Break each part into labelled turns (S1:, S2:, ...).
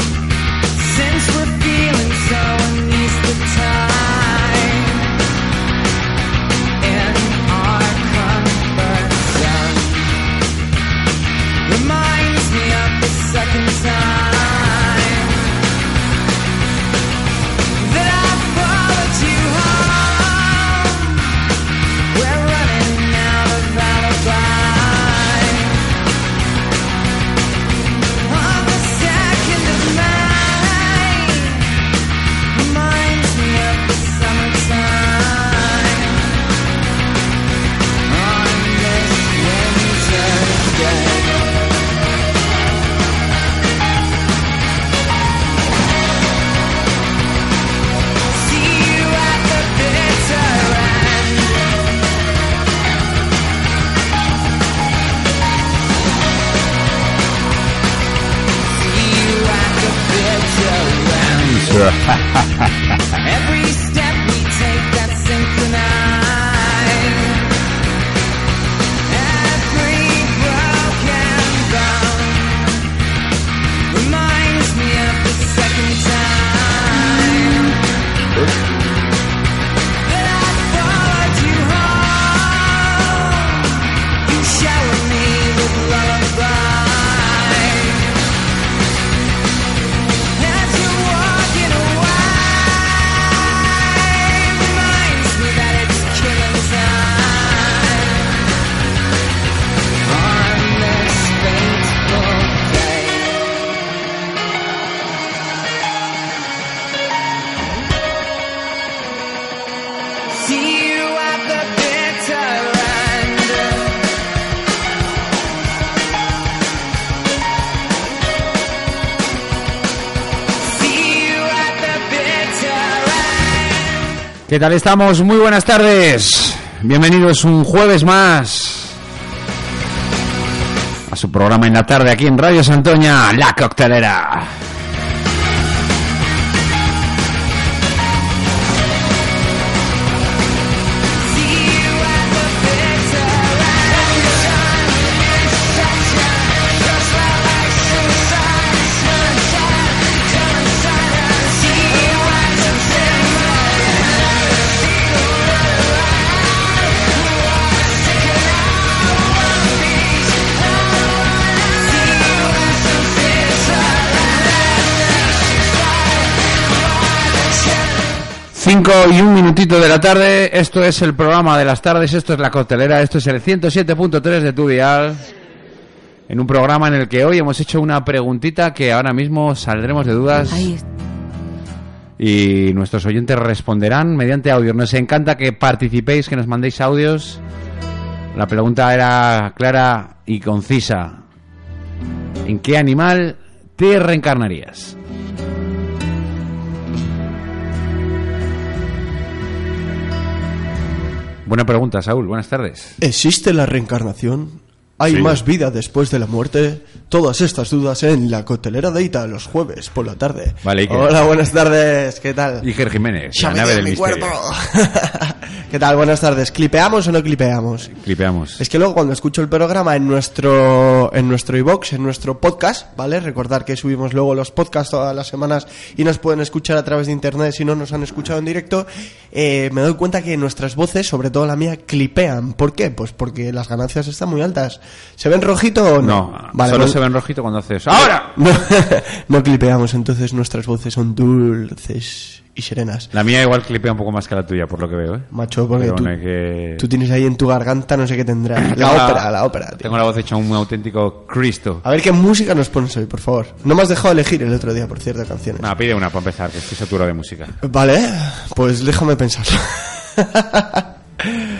S1: Since we're feeling so unused to time in our comfort zone, reminds me of the second time that I followed you home. We're running out of alibis. On the second of May, reminds me of the summertime. On this winter day, see you at the bitter end. See you at the bitter end. Every step we take that's synchronized. Every broken bone reminds me of the second time that I followed you home. You showered me with lullabies. As you're walking away, reminds me that it's killing time on this fateful day. See you at the bitter end. See you at the bitter end.
S2: ¿Qué tal estamos? Muy buenas tardes. Bienvenidos un jueves más a su programa en la tarde aquí en Radio Santoña, La Coctelera. Cinco y un minutito de la tarde, esto es el programa de las tardes, esto es La Coctelera, esto es el 107.3 de tu dial. En un programa en el que hoy hemos hecho una preguntita que ahora mismo saldremos de dudas. y nuestros oyentes responderán mediante audio. Nos encanta que participéis, que nos mandéis audios. La pregunta era clara y concisa. ¿En qué animal te reencarnarías? Buena pregunta, Saúl. Buenas tardes.
S3: ¿Existe la reencarnación? ¿Hay más vida después de la muerte? Todas estas dudas en la cotelera de Ita los jueves por la tarde.
S2: Vale, Iker.
S3: Hola, buenas tardes. ¿Qué tal?
S2: Iker Jiménez, la
S3: Ya me
S2: nave
S3: dio
S2: del
S3: mi
S2: misterio.
S3: cuerpo. ¿Qué tal? Buenas tardes. ¿Clipeamos o no clipeamos?
S2: Clipeamos.
S3: Es que luego cuando escucho el programa en nuestro en nuestro iBox, en nuestro podcast, ¿vale? Recordar que subimos luego los podcasts todas las semanas y nos pueden escuchar a través de internet si no nos han escuchado en directo. eh, me doy cuenta que nuestras voces, sobre todo la mía, clipean. ¿Por qué? Pues porque las ganancias están muy altas. ¿Se ven rojito o no?
S2: No, solo
S3: no-
S2: se ven rojito cuando haces. ¡Ahora!
S3: No, no clipeamos, entonces nuestras voces son dulces y serenas.
S2: La mía igual clipea un poco más que la tuya, por lo que veo, ¿eh?
S3: Macho, porque
S2: Pero
S3: tú,
S2: no hay que-
S3: tú tienes ahí en tu garganta no sé qué tendrá. La
S2: Tengo
S3: ópera, la ópera. tío.
S2: Tengo la voz hecha un auténtico Cristo.
S3: A ver qué música nos pones hoy, por favor. No me has dejado elegir el otro día, por cierto, canciones.
S2: Nada, pide una para empezar, que estoy saturado de música.
S3: Vale, pues déjame pensarlo.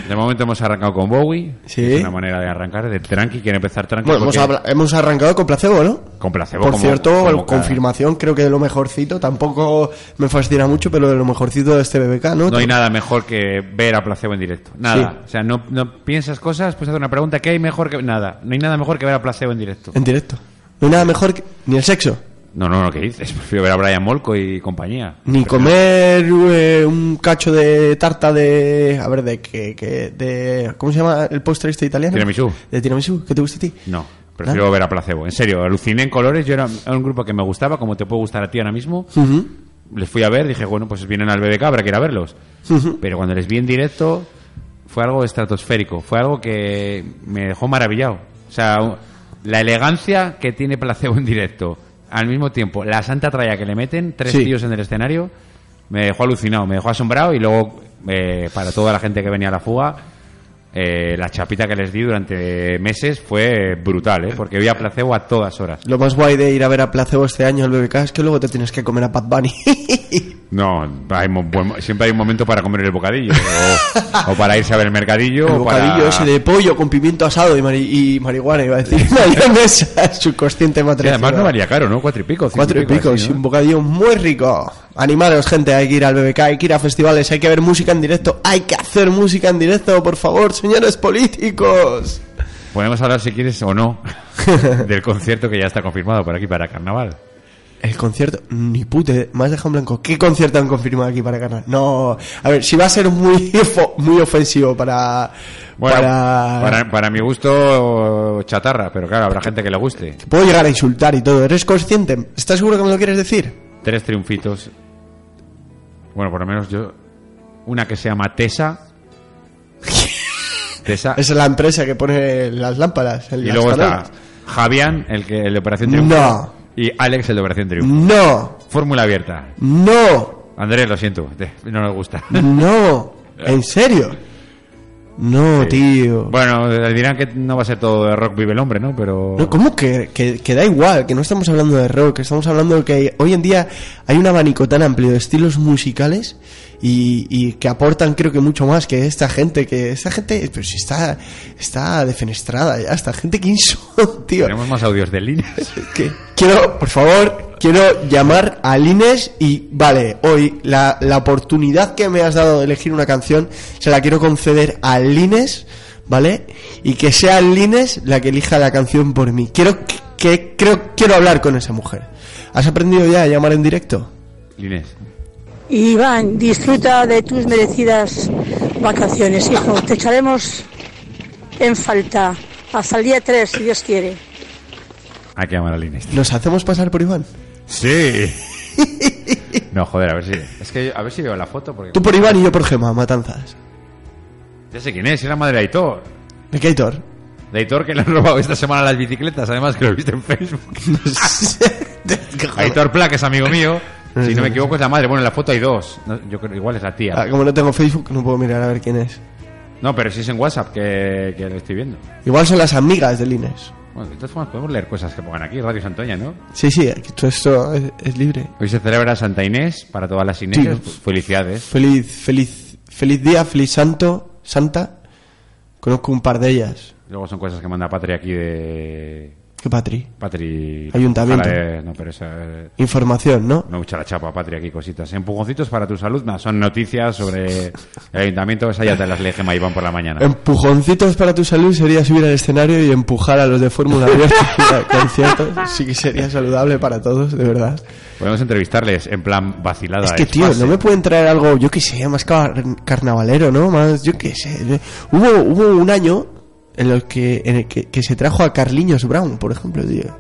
S2: De momento hemos arrancado con Bowie.
S3: Sí.
S2: que Es una manera de arrancar, de tranqui, quiere empezar tranqui.
S3: Bueno, hemos,
S2: porque
S3: habla- hemos arrancado con placebo, ¿no?
S2: con placebo.
S3: Por
S2: como-
S3: cierto,
S2: como cada-
S3: confirmación, creo que de lo mejorcito, tampoco me fascina mucho, pero de lo mejorcito de este BBK, ¿no?
S2: No hay nada mejor que ver a placebo en directo. Nada.
S3: Sí.
S2: O sea, no, no piensas cosas, pues hacer una pregunta. ¿Qué hay mejor que.? Nada. No hay nada mejor que ver a placebo en directo.
S3: En directo. No hay nada mejor que- ni el sexo,
S2: No, no, no, ¿qué dices? Prefiero ver a Brian Molko y compañía.
S3: ni comer eh, un cacho de tarta de... A ver, de que, que- de... ¿Cómo se llama el postre este italiano?
S2: Tiramisú.
S3: De tiramisú, ¿qué te gusta a ti?
S2: No, prefiero ver a placebo. En serio, aluciné en colores. Yo era era un grupo que me gustaba, como te puede gustar a ti ahora mismo.
S3: Ujú.
S2: les fui a ver, dije, bueno, pues vienen al BBK, habrá que ir a verlos. Pero cuando les vi en directo, fue algo estratosférico, fue algo que me dejó maravillado. O sea, u- la elegancia que tiene Placebo en directo, al mismo tiempo, la santa tralla que le meten, tres
S3: Sí.
S2: tíos en el escenario, me dejó alucinado, me dejó asombrado y luego, eh, para toda la gente que venía a la fuga, eh, la chapita que les di durante meses fue brutal, ¿eh? porque vi a Placebo a todas horas.
S3: Lo más guay de ir a ver a placebo este año al BBK es que luego te tienes que comer a Pat Bunny.
S2: No, hay mo- buen mo- siempre hay un momento para comer el bocadillo. o, o para irse a ver el mercadillo.
S3: El
S2: o para-
S3: bocadillo ese de pollo con pimiento asado y, mari- y marihuana, iba a decir. Mayonesa, subconsciente
S2: Que
S3: matriz.
S2: además no valía caro, ¿no? Cuatro y pico. cinco
S3: Cuatro y pico,
S2: así,
S3: sí,
S2: ¿no?
S3: un bocadillo muy rico. Animaros, gente, hay que ir al BBK, hay que ir a festivales, hay que ver música en directo, hay que hacer música en directo, por favor, señores políticos.
S2: Podemos hablar, si quieres o no, del concierto que ya está confirmado por aquí para carnaval.
S3: El concierto, ni pute, me has dejado en blanco. ¿Qué concierto han confirmado aquí para ganar? No, a ver, si va a ser muy, ofo- muy ofensivo para.
S2: Bueno,
S3: para...
S2: para, para mi gusto, chatarra, pero claro, habrá gente que le guste.
S3: Puedo llegar a insultar y todo, ¿eres consciente? ¿Estás seguro que me lo quieres decir?
S2: Tres triunfitos. Bueno, por lo menos yo. Una que se llama Tesa. Tesa.
S3: Esa es la empresa que pone las lámparas. en
S2: Ah. Y
S3: las
S2: luego está
S3: farolas.
S2: Javián, el, que, el de Operación Triunfo.
S3: No.
S2: Y Alex, el de Operación Triunfo.
S3: No,
S2: Fórmula abierta.
S3: no,
S2: Andrés, lo siento, te- no nos gusta.
S3: No, en serio. No, tío.
S2: Bueno, eh, dirán que no va a ser todo de rock vive el hombre, ¿no? Pero
S3: No, ¿Cómo que, que, que da igual? Que no estamos hablando de rock, que estamos hablando de que hoy en día hay un abanico tan amplio de estilos musicales y, y que aportan creo que mucho más que esta gente, que esta gente, pero si está, está defenestrada ya, esta gente que son, tío.
S2: tenemos más audios de líneas.
S3: Que- quiero, por favor, quiero llamar a Lines y, vale, hoy la, la oportunidad que me has dado de elegir una canción se la quiero conceder a Lines, ¿vale? Y que sea Lines la que elija la canción por mí. Quiero que, que- creo, quiero hablar con esa mujer. ¿Has aprendido ya a llamar en directo?
S2: Inés.
S4: Iván, disfruta de tus merecidas vacaciones, hijo. Te echaremos en falta hasta el día 3, si Dios quiere.
S2: Hay que llamar a Inés.
S3: ¿Nos hacemos pasar por Iván?
S2: Sí. No, joder, a ver si. Es que a ver si veo la foto porque.
S3: Tú por Iván y yo por Gema, matanzas.
S2: Ya sé quién es, es la madre de Aitor.
S3: ¿De qué, Aitor?
S2: De Aitor que le han robado esta semana las bicicletas, además que lo he visto en Facebook. Aitor Pla, que es amigo mío. Si no me equivoco, es la madre. Bueno, en la foto hay dos. No, yo creo igual es la tía.
S3: Ah, como no tengo Facebook, no puedo mirar a ver quién es.
S2: No, pero si es en WhatsApp que, que lo estoy viendo.
S3: Igual son las amigas de Lines.
S2: Bueno, de todas formas podemos leer cosas que pongan aquí, Radio Santoña, ¿no?
S3: Sí, sí, esto, esto es- es libre.
S2: Hoy se celebra Santa Inés para todas las Ineses.
S3: Sí.
S2: Pues, Felicidades.
S3: Feliz, feliz, feliz día, feliz santo, santa. Conozco un par de ellas.
S2: Luego son cosas que manda Patri aquí de.
S3: ¿Qué patri?
S2: Patri.
S3: Ayuntamiento.
S2: Ojalá, eh, No, pero esa. eh,
S3: Información, ¿no?
S2: Me gusta la chapa, Patri, aquí cositas. Empujoncitos para tu salud. No, son noticias sobre el ayuntamiento. Esa ya te las lee Gemma Iván por la mañana.
S3: Em- Empujoncitos para tu salud sería subir al escenario y empujar a los de Fórmula Abierta a conciertos. Sí que sería saludable para todos, de verdad.
S2: Podemos entrevistarles en plan vacilada.
S3: Es que, tío,
S2: fase.
S3: no me pueden traer algo, yo qué sé, más car- carnavalero, ¿no? Más, yo qué sé. Hubo, hubo un año en el, que, en el que, que se trajo a Carliños Brown, por ejemplo, tío.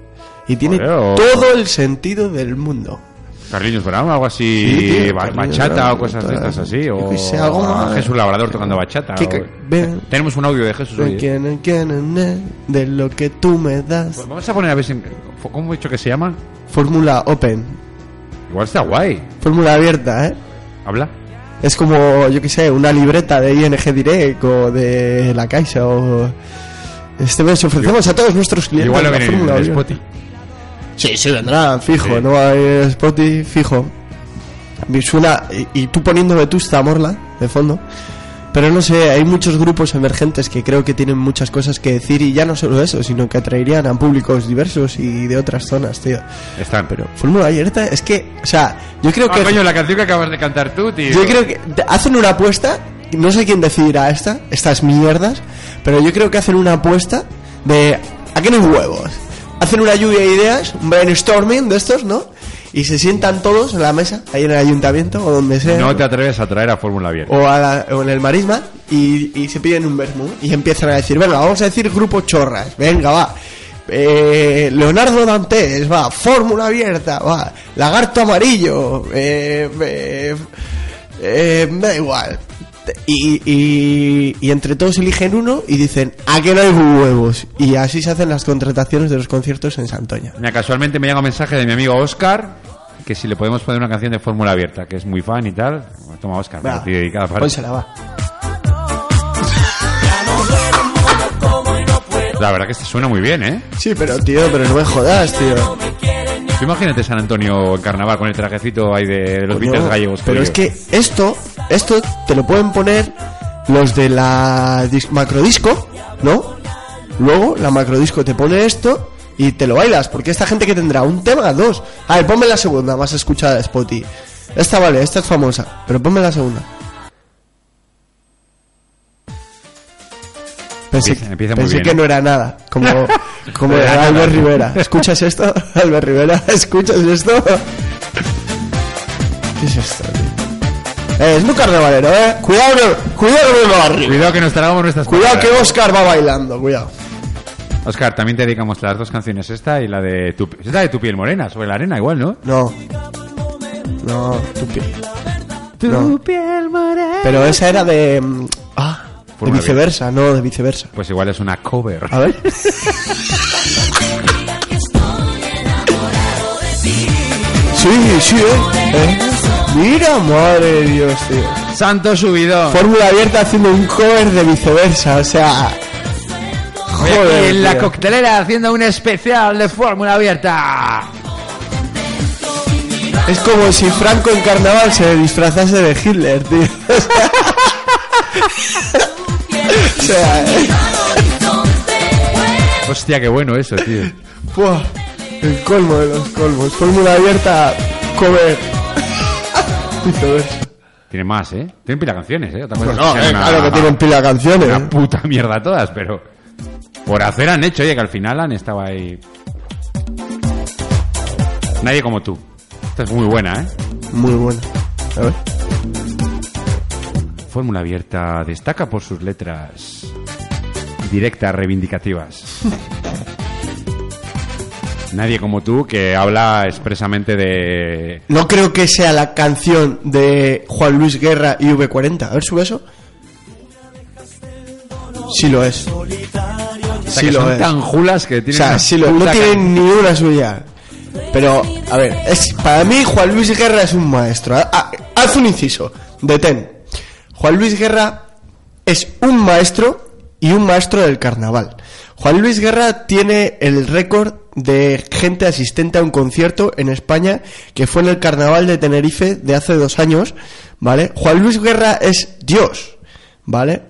S3: Y tiene
S2: Joder, o-
S3: todo el sentido del mundo.
S2: Carliños Brown, algo así,
S3: Sí, tío,
S2: ba-
S3: Carliños
S2: bachata
S3: Brown,
S2: o cosas de
S3: tal.
S2: estas así,
S3: Yo
S2: o
S3: qué sé, algo
S2: a
S3: más.
S2: Jesús Labrador tocando bachata.
S3: Que-
S2: o-
S3: que- ven.
S2: Tenemos un audio de Jesús. ¿eh? oye.
S3: De lo que tú me das.
S2: Pues vamos a poner a ver si... ¿Cómo he dicho que se llama?
S3: Fórmula open,
S2: Igual está guay.
S3: fórmula abierta, ¿eh?
S2: Habla.
S3: Es como, yo qué sé, una libreta de ING Direct o de La Caixa o... Este mes ofrecemos a todos nuestros clientes
S2: Igual lo
S3: la
S2: viene en
S3: fórmula
S2: el
S3: abierta.
S2: Spotify.
S3: Sí, sí, vendrá, fijo,
S2: Sí.
S3: no va a haber Spotify, fijo. Me suena, y, y tú poniendo Vetusta Morla de fondo, Pero no sé, hay muchos grupos emergentes que creo que tienen muchas cosas que decir y ya no solo eso, sino que atraerían a públicos diversos y de otras zonas, tío.
S2: Están,
S3: Pero Fórmula Abierta es que, o sea, yo creo que...
S2: Ah, coño, la canción que acabas de cantar tú, tío.
S3: Yo creo que te- hacen una apuesta, no sé quién decidirá esta, estas mierdas, pero yo creo que hacen una apuesta de ¿a qué nos huevos? Hacen una lluvia de ideas, un brainstorming de estos, ¿no? Y se sientan todos en la mesa, ahí en el ayuntamiento o donde sea.
S2: No te atreves a traer a Fórmula Abierta.
S3: o, a la- o en el marisma y, y se piden un vermú y empiezan a decir, venga, vamos a decir grupo chorras, venga, va. Eh, Leonardo Dantes, va, fórmula abierta, va, lagarto amarillo, eh, eh, eh, me da igual. Y, y- y entre todos eligen uno y dicen, ¿a que no hay huevos? Y así se hacen las contrataciones de los conciertos en Santoña.
S2: Mira, casualmente me llega un mensaje de mi amigo Oscar que si le podemos poner una canción de Fórmula Abierta, que es muy fan y tal. Bueno, Toma, Oscar, para
S3: Va,
S2: ti dedicada para ti.
S3: pónsela, va.
S2: La verdad que este suena muy bien, ¿eh?
S3: Sí, pero tío, pero no me jodas, tío.
S2: Tú imagínate San Antonio en carnaval con el trajecito ahí de los
S3: Coño,
S2: Beatles gallegos.
S3: Pero
S2: tío.
S3: es que esto, esto te lo pueden poner los de la dis- macrodisco, ¿no? Luego la macrodisco te pone esto y te lo bailas, porque esta gente que tendrá un tema, dos. A ver, ponme la segunda, más escuchada de Spotify. Esta vale, esta es famosa, pero ponme la segunda. Pensé,
S2: Empieza- empieza muy
S3: pensé
S2: bien,
S3: que
S2: ¿eh?
S3: no era nada, como, como
S2: No era
S3: Albert
S2: nada.
S3: Rivera. ¿Escuchas esto? Albert Rivera, ¿escuchas esto? ¿Qué es esto, tío? Eh, es muy carnavalero, eh. Cuidado, que- cuidado que me va arriba.
S2: Cuidado que nos tragamos nuestras
S3: Cuidado que
S2: palabras.
S3: Oscar va bailando, cuidado.
S2: Oscar, también te dedicamos las dos canciones, esta y la de tu, es la de tu piel morena, sobre la arena igual, ¿no?
S3: No. No, tu piel.
S2: Tu
S3: No.
S2: piel morena.
S3: Pero esa era de. mm, Ah, de
S2: Forma de-
S3: viceversa, no, de viceversa.
S2: Pues igual es una cover.
S3: A ver. Sí, sí, eh. ¿Eh? Mira, madre de Dios, tío.
S2: Santo subidón.
S3: Fórmula abierta haciendo un cover de viceversa, o sea. Joder.
S2: en la
S3: tío.
S2: coctelera haciendo un especial de fórmula abierta.
S3: Es como si Franco en carnaval se disfrazase de Hitler, tío. o sea, eh,
S2: Hostia, qué bueno eso, tío.
S3: buah, el colmo de los colmos. Fórmula abierta, cover. Viceversa.
S2: Tiene más, ¿eh? Tiene pila de canciones, ¿eh? Otra cosa
S3: Pues
S2: es
S3: no,
S2: que sea
S3: eh,
S2: una-
S3: claro que tienen pila de canciones. ¿eh?
S2: Una puta mierda todas, pero... Por hacer han hecho, oye, que al final han estado ahí... Nadie como tú. Esta es muy buena, ¿eh?
S3: Muy buena. A ver.
S2: Fórmula Abierta destaca por sus letras directas, reivindicativas. Nadie como tú que habla expresamente de...
S3: No creo que sea la canción de Juan Luis Guerra y V40. A ver, sube eso. Sí lo es.
S2: O sea,
S3: Sí
S2: que
S3: lo
S2: son
S3: es.
S2: tan julas que tienen...
S3: O sea,
S2: una
S3: si lo,
S2: puta
S3: no
S2: ca-
S3: tienen ni una suya. Pero, a ver, es, para mí Juan Luis Guerra es un maestro. Ha- ha- Haz un inciso, detén. Juan Luis Guerra es un maestro y un maestro del carnaval. Juan Luis Guerra tiene el récord de gente asistente a un concierto en España que fue en el carnaval de Tenerife de hace dos años, ¿vale? Juan Luis Guerra es Dios, ¿vale?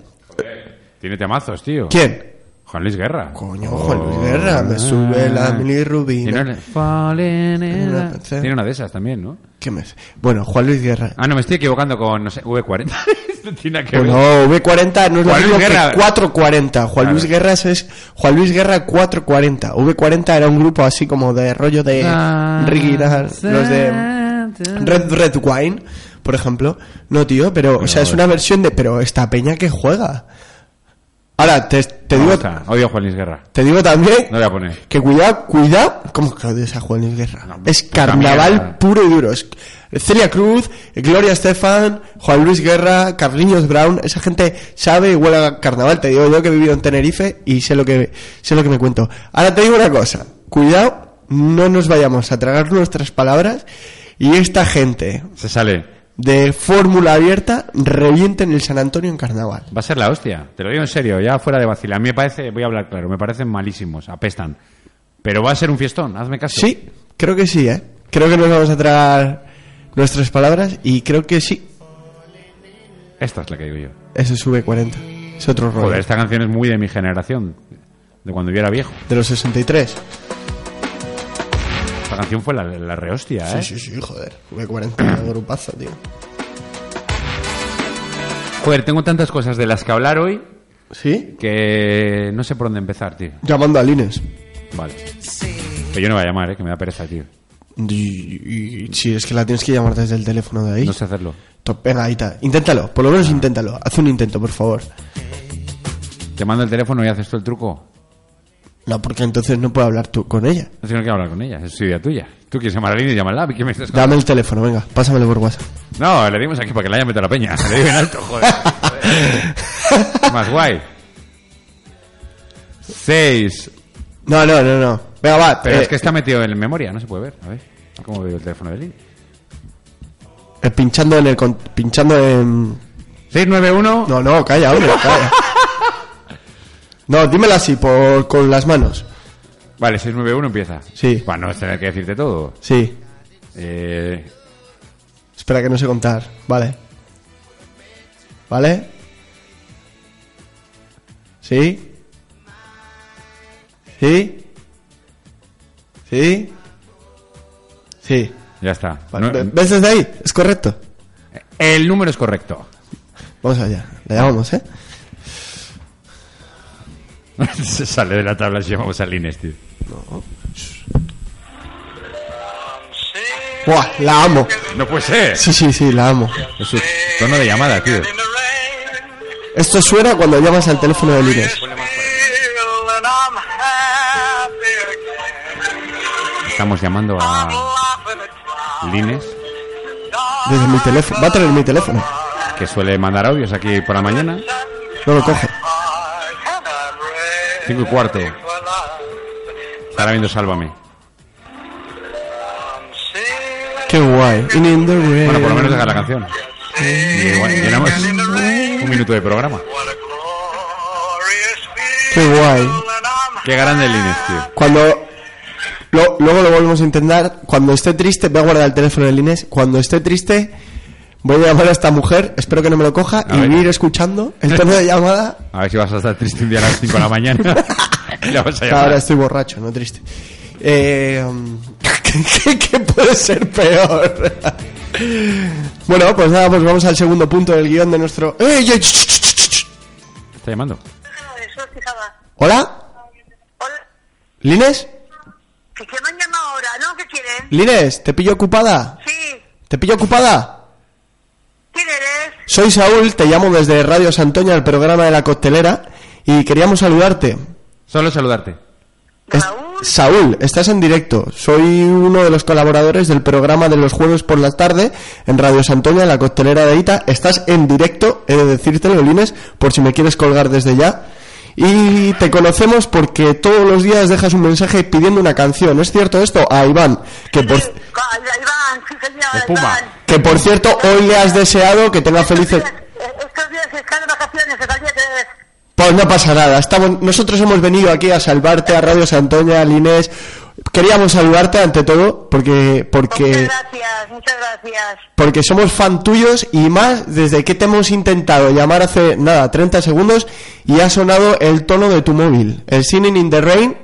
S2: Tiene temazos, tío.
S3: ¿Quién?
S2: Juan Luis Guerra.
S3: Coño, Juan Luis Guerra, me sube la bilirrubina.
S2: Ah. Tiene una, Fallen in
S3: Una
S2: love.
S3: canción.
S2: Tiene una de esas también, ¿no?
S3: ¿Qué me... Bueno, Juan Luis Guerra.
S2: Ah, no, me estoy equivocando con, no sé, V40. no tiene nada que ver.
S3: Bueno, V40 no es lo
S2: Juan Luis
S3: mismo que
S2: Guerra.
S3: 440. Juan
S2: Claro.
S3: Luis Guerra es Juan Luis Guerra 440. V40 era un grupo así como de rollo de
S2: Ah,
S3: Ricky, los de Red Red Wine, por ejemplo. No, tío, pero, o sea, es una versión de, pero esta peña que juega. Ahora, te, te
S2: No,
S3: digo,
S2: está. Odio a Juan Luis Guerra.
S3: te digo también
S2: No voy a poner.
S3: que cuidado, cuidado. ¿Cómo que odias a Juan Luis Guerra?
S2: No,
S3: es
S2: puta
S3: carnaval
S2: mierda.
S3: puro y duro. Es Celia Cruz, Gloria Estefan, Juan Luis Guerra, Carliños Brown. Esa gente sabe y huele a carnaval. Te digo yo que he vivido en Tenerife y sé lo que, sé lo que me cuento. Ahora te digo una cosa. Cuidado, no nos vayamos a tragar nuestras palabras y esta gente
S2: Se sale.
S3: de fórmula abierta revienten el San Antonio en carnaval.
S2: Va a ser la hostia. Te lo digo en serio, ya fuera de vacila. A mí me parece, voy a hablar claro, me parecen malísimos, apestan. Pero va a ser un fiestón, hazme caso.
S3: Sí, creo que sí, ¿eh? Creo que nos vamos a tragar nuestras palabras y creo que sí.
S2: Esta es la que digo yo.
S3: Ese es V40. Es otro rollo.
S2: Joder, esta canción es muy de mi generación. De cuando yo era viejo.
S3: De los 63.
S2: Esta canción fue la, la rehostia, ¿eh?
S3: Sí, sí, sí, joder. V40, grupazo, tío.
S2: Joder, tengo tantas cosas de las que hablar hoy
S3: ¿Sí?
S2: que no sé por dónde empezar, tío.
S3: Llamando a Lines.
S2: Vale. Que yo no voy a llamar, ¿eh? Que me da pereza, tío.
S3: Y- y- Sí, es que la tienes que llamar desde el teléfono de ahí.
S2: No sé hacerlo.
S3: To- Venga, ahí está. Inténtalo, por lo menos inténtalo. Haz un intento, por favor.
S2: Llamando el teléfono y haces tú el truco.
S3: No, porque entonces no puedo hablar tú con ella.
S2: No sé no quiero hablar con ella, es idea tuya. Tú quieres llamar a Lini y llámala. ¿Qué me estás
S3: Dame el teléfono, venga, pásamelo por WhatsApp.
S2: No, le dimos aquí para que la haya metido a la peña. Le digo en alto, joder. Más guay. 6.
S3: No, no, no, no. Venga, va.
S2: Pero
S3: eh,
S2: es que está metido en memoria, no se puede ver. A ver, ¿cómo veo el teléfono de Lini?
S3: eh, pinchando en el... con- Pinchando en...
S2: 691.
S3: No, no, calla, hombre, calla. No, dímelo así, por, con las manos.
S2: Vale, 691 empieza.
S3: Sí.
S2: Bueno, es tener que decirte todo.
S3: Sí.
S2: Eh,
S3: Espera que no sé contar. Vale. ¿Vale? ¿Sí? ¿Sí? ¿Sí? Sí.
S2: ya está.
S3: Vale.
S2: No-
S3: ¿Ves desde ahí? Es correcto.
S2: el número es correcto.
S3: Vamos allá. Le llamamos, ¿eh?
S2: se sale de la tabla si llamamos a Lines, tío.
S3: ¡Buah! La amo.
S2: No puede ser.
S3: Sí, sí, sí, la amo.
S2: Es su tono de llamada, tío.
S3: Esto suena cuando llamas al teléfono de líneas.
S2: Estamos llamando a Lines,
S3: Desde mi teléfono. Va a tener mi teléfono.
S2: que suele mandar audios aquí por la mañana.
S3: No lo coge.
S2: Cinco y cuarto. Estará viendo Sálvame.
S3: Qué guay. In in the rain.
S2: Bueno, por lo menos dejar la canción. Y bueno, llenamos un minuto de programa.
S3: Qué guay.
S2: Qué grande Lines, tío.
S3: Cuando. lo- luego lo volvemos a intentar. Cuando esté triste, voy a guardar el teléfono de Inés. Cuando esté triste, voy a llamar a esta mujer. Espero que no me lo coja.
S2: A
S3: y
S2: ver.
S3: voy a ir escuchando el tono de llamada.
S2: A ver si vas a estar triste un día a las 5 de la mañana. Y la vas a llamar.
S3: Ahora estoy borracho, no triste. Eh, ¿qué, qué- qué puede ser peor? bueno, pues nada, pues vamos al segundo punto del guión de nuestro. ¡Ey, ey, ch, ch, ch, ch!
S2: Está llamando.
S3: ¿Hola?
S5: Hola,
S3: ¿Lines?
S5: ¿qué qué me han llamado ahora? ¿No? ¿Qué quieren?
S3: ¿Lines? ¿Te pillo ocupada?
S5: Sí,
S3: ¿Te pillo ocupada?
S5: ¿quién eres?
S3: Soy Saúl, te llamo desde Radio Santoña, el programa de la coctelera, y queríamos saludarte.
S2: Solo saludarte.
S3: Es-
S5: Saúl.
S3: Saúl, estás en directo. Soy uno de los colaboradores del programa de los jueves por la tarde en Radio Santoña, la coctelera de Ita. Estás en directo, he de decírtelo, Lines, por si me quieres colgar desde ya. Y te conocemos porque todos los días dejas un mensaje pidiendo una canción. ¿Es cierto esto? A Iván, que por,
S5: Ah, Iván, sí señor,
S2: El Puma.
S5: Iván.
S3: que por cierto hoy le has deseado que tenga felices...
S5: Eh, Estos días están de vacaciones, el día 3.
S3: Pues no pasa nada, estamos, nosotros hemos venido aquí a salvarte a Radio Santoña, al Inés. Queríamos saludarte ante todo porque
S5: Muchas
S3: porque
S5: gracias, muchas gracias.
S3: porque somos fan tuyos y más desde que te hemos intentado llamar hace nada 30 segundos y ha sonado el tono de tu móvil, el Singing in the Rain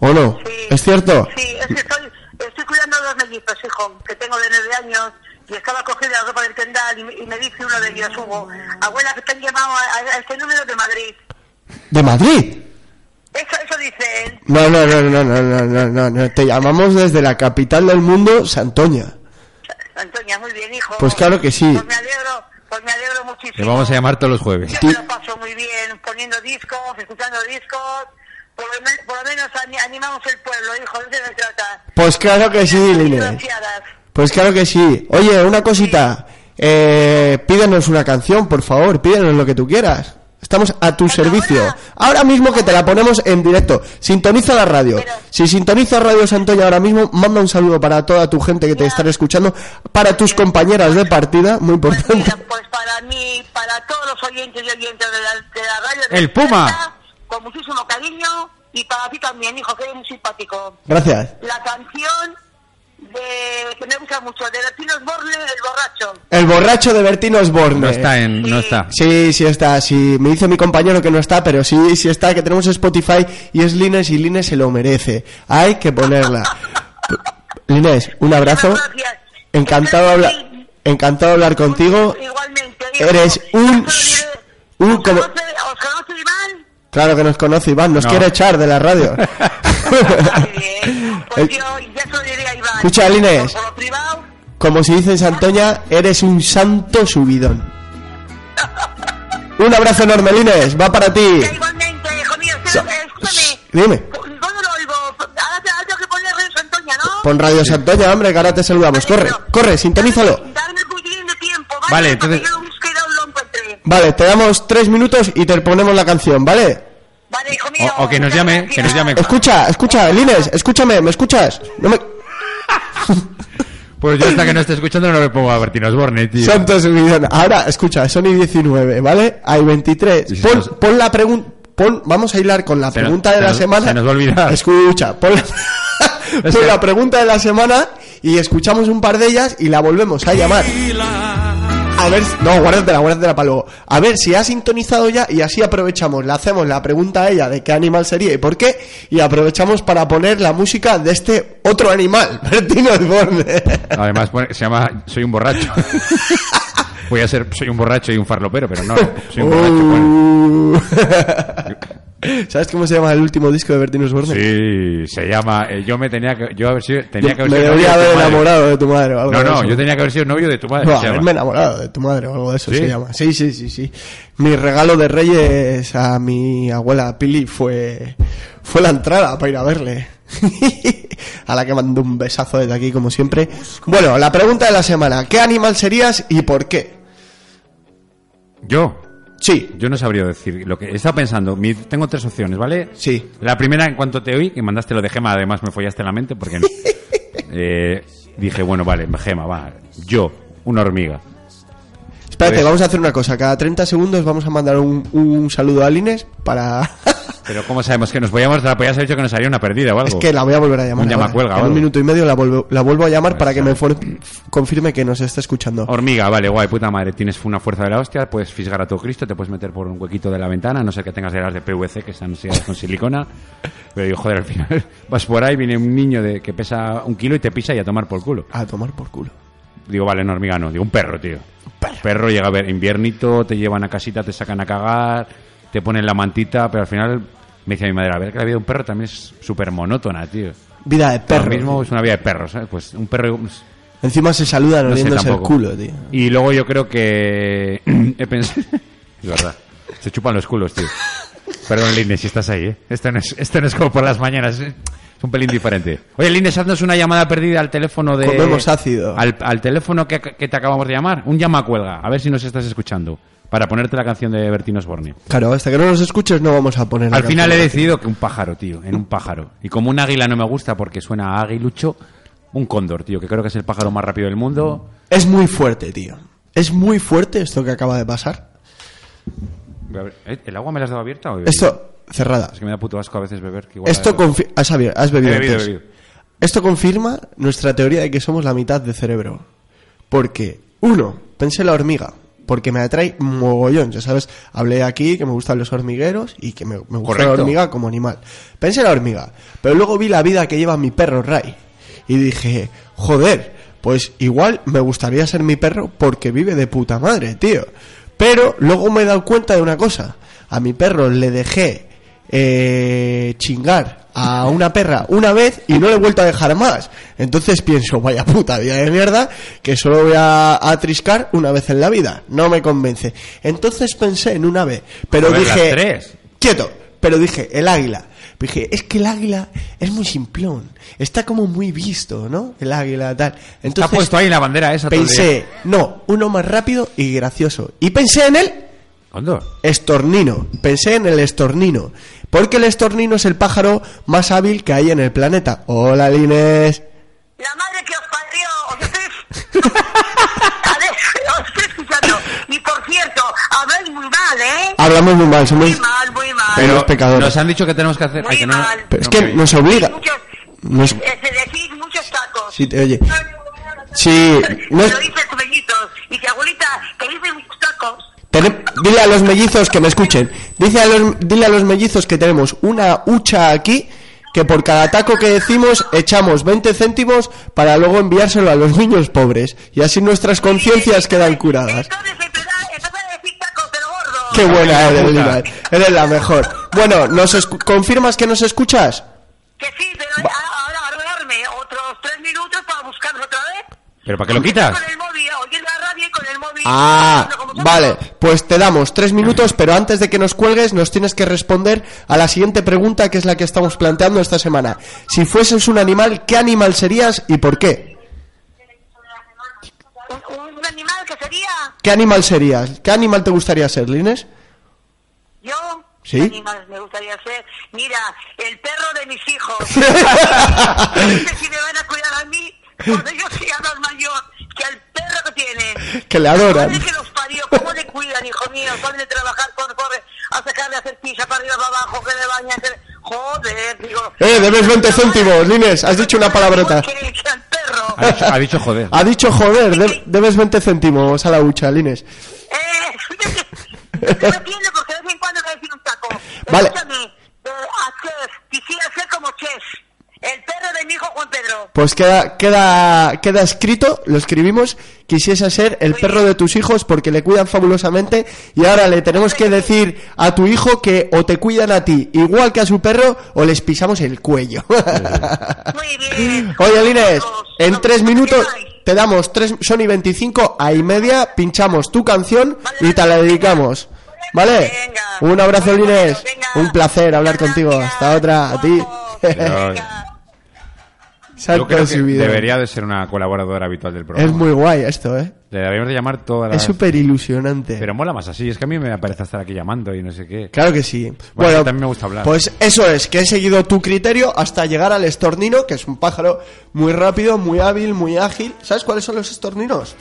S3: o no,
S5: Sí.
S3: es cierto.
S5: Sí, es que estoy, estoy cuidando a dos mellizos, hijo, que tengo de nueve años. Y estaba cogida la ropa del tendal y me, y me dice uno de ellos, Hugo, abuela, que te han llamado a, a- a este número de Madrid.
S3: De Madrid.
S5: Eso, eso dice él.
S3: No, no, no, no, no, no, no, no, no, te llamamos desde la capital del mundo, Santoña.
S5: Antonia, muy bien, hijo.
S3: Pues claro que sí.
S5: Pues me alegro, pues me alegro muchísimo.
S2: Te vamos a llamar todos los jueves.
S5: Yo me lo paso muy bien poniendo discos, escuchando discos. Por lo, men- por lo menos ani- animamos el pueblo, hijo, de eso se trata.
S3: Pues claro que sí, Lines.
S5: Gracias.
S3: Pues claro que sí. Oye, una cosita. Eh, pídenos una canción, por favor. Pídenos lo que tú quieras. Estamos a tu servicio. Ahora mismo que te la ponemos en directo. Sintoniza la radio. Si sintoniza Radio Santoña ahora mismo, manda un saludo para toda tu gente que te estará escuchando, para tus compañeras de partida, muy
S5: Pues,
S3: importante.
S5: mira, pues para mí, para todos los oyentes y oyentes de la, de la radio.
S2: El
S5: de
S2: Puma.
S5: España, Con muchísimo cariño y para ti también, hijo, que eres muy simpático.
S3: Gracias.
S5: La canción de de, que me gusta mucho, de Bertino Osborne, el borracho.
S3: El borracho de Bertino Osborne.
S2: No está en, no está.
S3: Sí, sí está, sí. Me dice mi compañero que no está, pero sí, sí está, que tenemos Spotify y es Lines y Lines se lo merece. Hay que ponerla. P- Lines, un abrazo.
S5: Muchas gracias.
S3: Encantado de hablar,
S5: Espero que sí.
S3: encantado de hablar contigo.
S5: Igualmente.
S3: Eres un... s- Un
S5: ¿Os
S3: como...
S5: conoce, os conoce Iván?
S3: Claro que nos conoce Iván, nos
S2: No.
S3: quiere echar de la radio.
S5: Muy bien. Pues yo ya se lo diré a Iván.
S3: Eh, Escucha, Lines.
S5: Por lo privado,
S3: Como se dice en Santoña, eres un santo subidón. Un abrazo enorme, Lines, va para ti.
S5: ya igualmente, hijo mío, se lo- eh,
S3: Shh,
S5: escúchame.
S3: Dime,
S5: ¿Dónde lo oigo? Ahora te- ahora tengo que poner redes Antonia, ¿no?
S3: pon Radio Santoña, hombre, que ahora te saludamos. Corre, corre, sintonízalo.
S5: Dame- Dame un poquitín de tiempo, ¿vale?
S2: Vale,
S5: Para
S2: entonces-
S5: que yo lo busque pues, y no lo encuentre.
S3: Vale, te damos tres minutos y te ponemos la canción, ¿vale?
S5: Vale, hijo mío.
S2: O- o que nos
S5: muchas
S2: llame, que nos llame.
S5: gracias.
S3: Escucha, escucha, Lines, escúchame, ¿me escuchas? No me...
S2: Pues yo hasta que no esté escuchando no le pongo a Bertino Osborne, tío.
S3: Santo subidón. Ahora, escucha, Sony 19, ¿vale? Hay 23.
S2: Y se
S3: Pon,
S2: nos-
S3: pon la pregunta... Pon, vamos a hilar con la
S2: Se nos-
S3: pregunta
S2: se
S3: de la
S2: nos-
S3: semana.
S2: se nos va a olvidar.
S3: Escucha, pon la,
S2: Es
S3: pon
S2: que-
S3: la pregunta de la semana y escuchamos un par de ellas y la volvemos a llamar. A ver, no, guárdatela, guárdatela para luego. A ver si ha sintonizado ya y así aprovechamos, le hacemos la pregunta a ella de qué animal sería y por qué y aprovechamos para poner la música de este otro animal, Bertino Osborne.
S2: Además pone- se llama Soy un borracho. Voy a ser Soy un borracho y un farlopero, pero no, soy un
S3: Uh.
S2: borracho. pone.
S3: ¿Sabes cómo se llama el último disco de Bertino Osborne?
S2: Uh. Sí, se llama eh, yo me tenía que yo haber sido tenía que
S3: Yo
S2: haber
S3: me
S2: sido novio
S3: debería
S2: de tu
S3: haber
S2: madre.
S3: enamorado de tu madre o algo
S2: No,
S3: de
S2: no,
S3: eso.
S2: yo tenía que haber sido novio de tu madre.
S3: No,
S2: se llama.
S3: haberme enamorado de tu madre o algo de eso
S2: ¿Sí?
S3: se llama. Sí, sí, sí, sí. Mi regalo de Reyes a mi abuela Pili fue, fue la entrada para ir a verle. a la que mandó un besazo desde aquí, como siempre. Bueno, la pregunta de la semana. ¿Qué animal serías y por qué?
S2: Yo
S3: Sí,
S2: yo no sabría decir lo que he estado pensando. Mi- tengo tres opciones, ¿vale?
S3: sí.
S2: La primera, en cuanto te oí, que mandaste lo de Gema, además me follaste la mente porque eh, dije, bueno, vale, Gema, va. Yo, una hormiga.
S3: Espérate,
S2: Pues-
S3: vamos a hacer una cosa. Cada 30 segundos vamos a mandar un, un saludo a Lines para...
S2: Pero ¿cómo sabemos que nos podíamos la podías haber dicho que nos haría una perdida o algo?
S3: Es que la voy a volver a llamar.
S2: Un
S3: ahora.
S2: llamacuelga o
S3: en un
S2: algo.
S3: minuto y medio la vuelvo, la vuelvo a llamar
S2: Pues
S3: para que
S2: ya.
S3: me for- confirme que nos está escuchando.
S2: Hormiga, vale, guay, puta madre. Tienes una fuerza de la hostia, puedes fisgar a todo Cristo, te puedes meter por un huequito de la ventana, a no sé que tengas de las de PVC que están selladas con silicona. Pero digo, joder, al final vas por ahí, viene un niño de que pesa un kilo y te pisa y a tomar por culo.
S3: A tomar por culo.
S2: Digo, vale, no, hormiga no. Digo, un perro, tío. Perro. llega a ver inviernito, te llevan a casita, te sacan a cagar, te ponen la mantita, pero al final me dice mi madre, a ver, que la vida de un perro también es súper monótona, tío.
S3: Vida de perro.
S2: Ahora mismo es una vida de perros, ¿sabes? Pues un perro...
S3: Encima se saludan
S2: No sé
S3: oliéndose el
S2: tampoco.
S3: culo, tío.
S2: Y luego yo creo que... he pensado... es verdad. Se chupan los culos, tío. Perdón, Lines, si estás ahí, ¿eh? Esto no es, esto no es como por las mañanas, ¿eh? Es un pelín diferente. Oye, Lines, haznos una llamada perdida al teléfono de...
S3: Comemos ácido.
S2: Al, al teléfono que, que te acabamos de llamar. Un llama cuelga. A ver si nos estás escuchando. Para ponerte la canción de Bertino Osborne.
S3: Claro, hasta que no nos escuches no vamos a poner. la
S2: Al final he
S3: canción.
S2: decidido que un pájaro, tío. En un pájaro. Y como un águila no me gusta porque suena a aguilucho, un cóndor, tío. Que creo que es el pájaro más rápido del mundo.
S3: Es muy fuerte, tío. Es muy fuerte esto que acaba de pasar.
S2: A ver, ¿eh? ¿El agua me la has dado abierta o he bebido?
S3: Esto, cerrada.
S2: Es que me da puto asco a veces beber. que igual
S3: Esto
S2: la-
S3: confi- has, sabido- has bebido,
S2: He bebido,
S3: antes.
S2: he bebido.
S3: Esto confirma nuestra teoría de que somos la mitad de cerebro. Porque, uno, pensé la hormiga. Porque me atrae mogollón. Ya sabes, hablé aquí que me gustan los hormigueros y que me, me gusta
S2: Correcto.
S3: la hormiga como animal. Pensé la hormiga. Pero luego vi la vida que lleva mi perro Ray. Y dije, joder, pues igual me gustaría ser mi perro porque vive de puta madre, tío. Pero luego me he dado cuenta de una cosa. A mi perro le dejé eh, chingar a una perra una vez y no le he vuelto a dejar más. Entonces pienso, vaya puta vida de mierda, que solo voy a, a triscar una vez en la vida. No me convence. Entonces pensé en un ave, pero
S2: A ver,
S3: dije...
S2: las tres.
S3: Quieto, pero dije, el águila. Dije, es que el águila es muy simplón. Está como muy visto, ¿no? El águila, tal.
S2: Está
S3: Entonces
S2: puesto ahí la bandera esa. todo el día.
S3: pensé, no, uno más rápido y gracioso. Y pensé en él
S2: Cóndor.
S3: Estornino. Pensé en el estornino. Porque el estornino es el pájaro más hábil que hay en el planeta. Hola, Lines.
S5: La madre que os parió, os estoy... a ver, os estoy escuchando. Y por cierto, habláis muy mal, ¿eh?
S3: Hablamos muy mal, somos...
S5: Muy mal, muy mal.
S3: Ah, Pero- pecadores.
S2: nos han dicho que tenemos que hacer.
S5: Muy
S2: ay, que no-
S5: mal.
S3: Pero es
S2: no,
S3: que nos obliga...
S5: Muchos,
S3: nos-
S5: eh, se decís muchos tacos.
S3: Sí, te oye. Sí, no
S5: Me
S3: es-
S5: lo dice tu mellito. Dice, abuelita, que dicen muchos tacos.
S3: Tenem- dile a los mellizos que me escuchen. Dice a los- dile a los mellizos que tenemos una hucha aquí que por cada taco que decimos echamos 20 céntimos para luego enviárselo a los niños pobres. Y así nuestras conciencias quedan curadas.
S5: Entonces empezá empezá a decir tacos, pero gordo.
S3: Qué buena eres, Lina. Eres la mejor. Bueno, ¿nos escu- ¿confirmas que nos escuchas?
S5: Que sí, pero ahora ahora voy a darme otros tres minutos para buscarlo otra vez.
S2: ¿Pero para qué lo quitas?
S5: Con el móvil, oyendo la radio y con el móvil.
S3: Ah,
S5: hablando con vosotros.
S3: vale. Pues te damos tres minutos, pero antes de que nos cuelgues, nos tienes que responder a la siguiente pregunta, que es la que estamos planteando esta semana. Si fueses un animal, ¿qué animal serías y por qué?
S5: Un, un animal que sería
S3: ¿Qué animal serías? ¿Qué animal te gustaría ser, Lines?
S5: yo.
S3: ¿Sí?
S5: ¿Qué animal me gustaría ser? Mira, el perro de mis hijos. no sé si me van a cuidar a mí cuando yo sea más mayor que al perro que tienen.
S3: Que le
S5: Madre
S3: adoran.
S5: Pues que los parió, ¿cómo le cuidan, hijo mío? Salen de trabajar, corre, corre, a sacarle a hacer pizza para arriba, para abajo, que le bañan, que le- Joder, digo...
S3: Eh, debes 20 céntimos, Lines. Has dicho una palabrota. Ah.
S5: Que- que al perro.
S2: Ha dicho, ha dicho joder.
S3: Ha dicho, joder, de- debes 20 céntimos a la hucha, Lines.
S5: Eh, fíjate, te entiendo porque de vez en cuando me decir un taco.
S3: Vale.
S5: Escúchame, eh, a Chef, quisiera ser como Chef, el perro de mi hijo Juan Pedro.
S3: Pues queda, queda, queda escrito, lo escribimos, quisiese ser el perro de tus hijos porque le cuidan fabulosamente y ahora le tenemos que decir a tu hijo que o te cuidan a ti igual que a su perro o les pisamos el cuello.
S5: Muy bien.
S3: Oye, Lines,
S5: Vamos,
S3: en
S5: vamos,
S3: tres minutos
S5: ¿qué hay?
S3: te damos tres, son y 25 a y media, pinchamos tu canción
S5: Vale,
S3: y te la
S5: vale.
S3: dedicamos. ¿Vale?
S5: Venga.
S3: Un abrazo,
S5: Bueno, pues
S3: Lines.
S5: venga.
S3: Un placer hablar contigo.
S5: Gracias,
S3: Hasta otra, a ti.
S5: guapo.
S2: Venga. Yo
S3: Santo
S2: creo que
S3: su vida.
S2: debería de ser una colaboradora habitual del programa.
S3: Es muy guay esto, ¿eh?
S2: Le deberíamos de llamar todas las...
S3: Es súper ilusionante.
S2: Pero mola más así. Es que a mí me parece estar aquí llamando y no sé qué.
S3: Claro que sí.
S2: Bueno, también me gusta hablar.
S3: Pues eso es, que he seguido tu criterio hasta llegar al estornino, que es un pájaro muy rápido, muy hábil, muy ágil. ¿Sabes cuáles son los estorninos?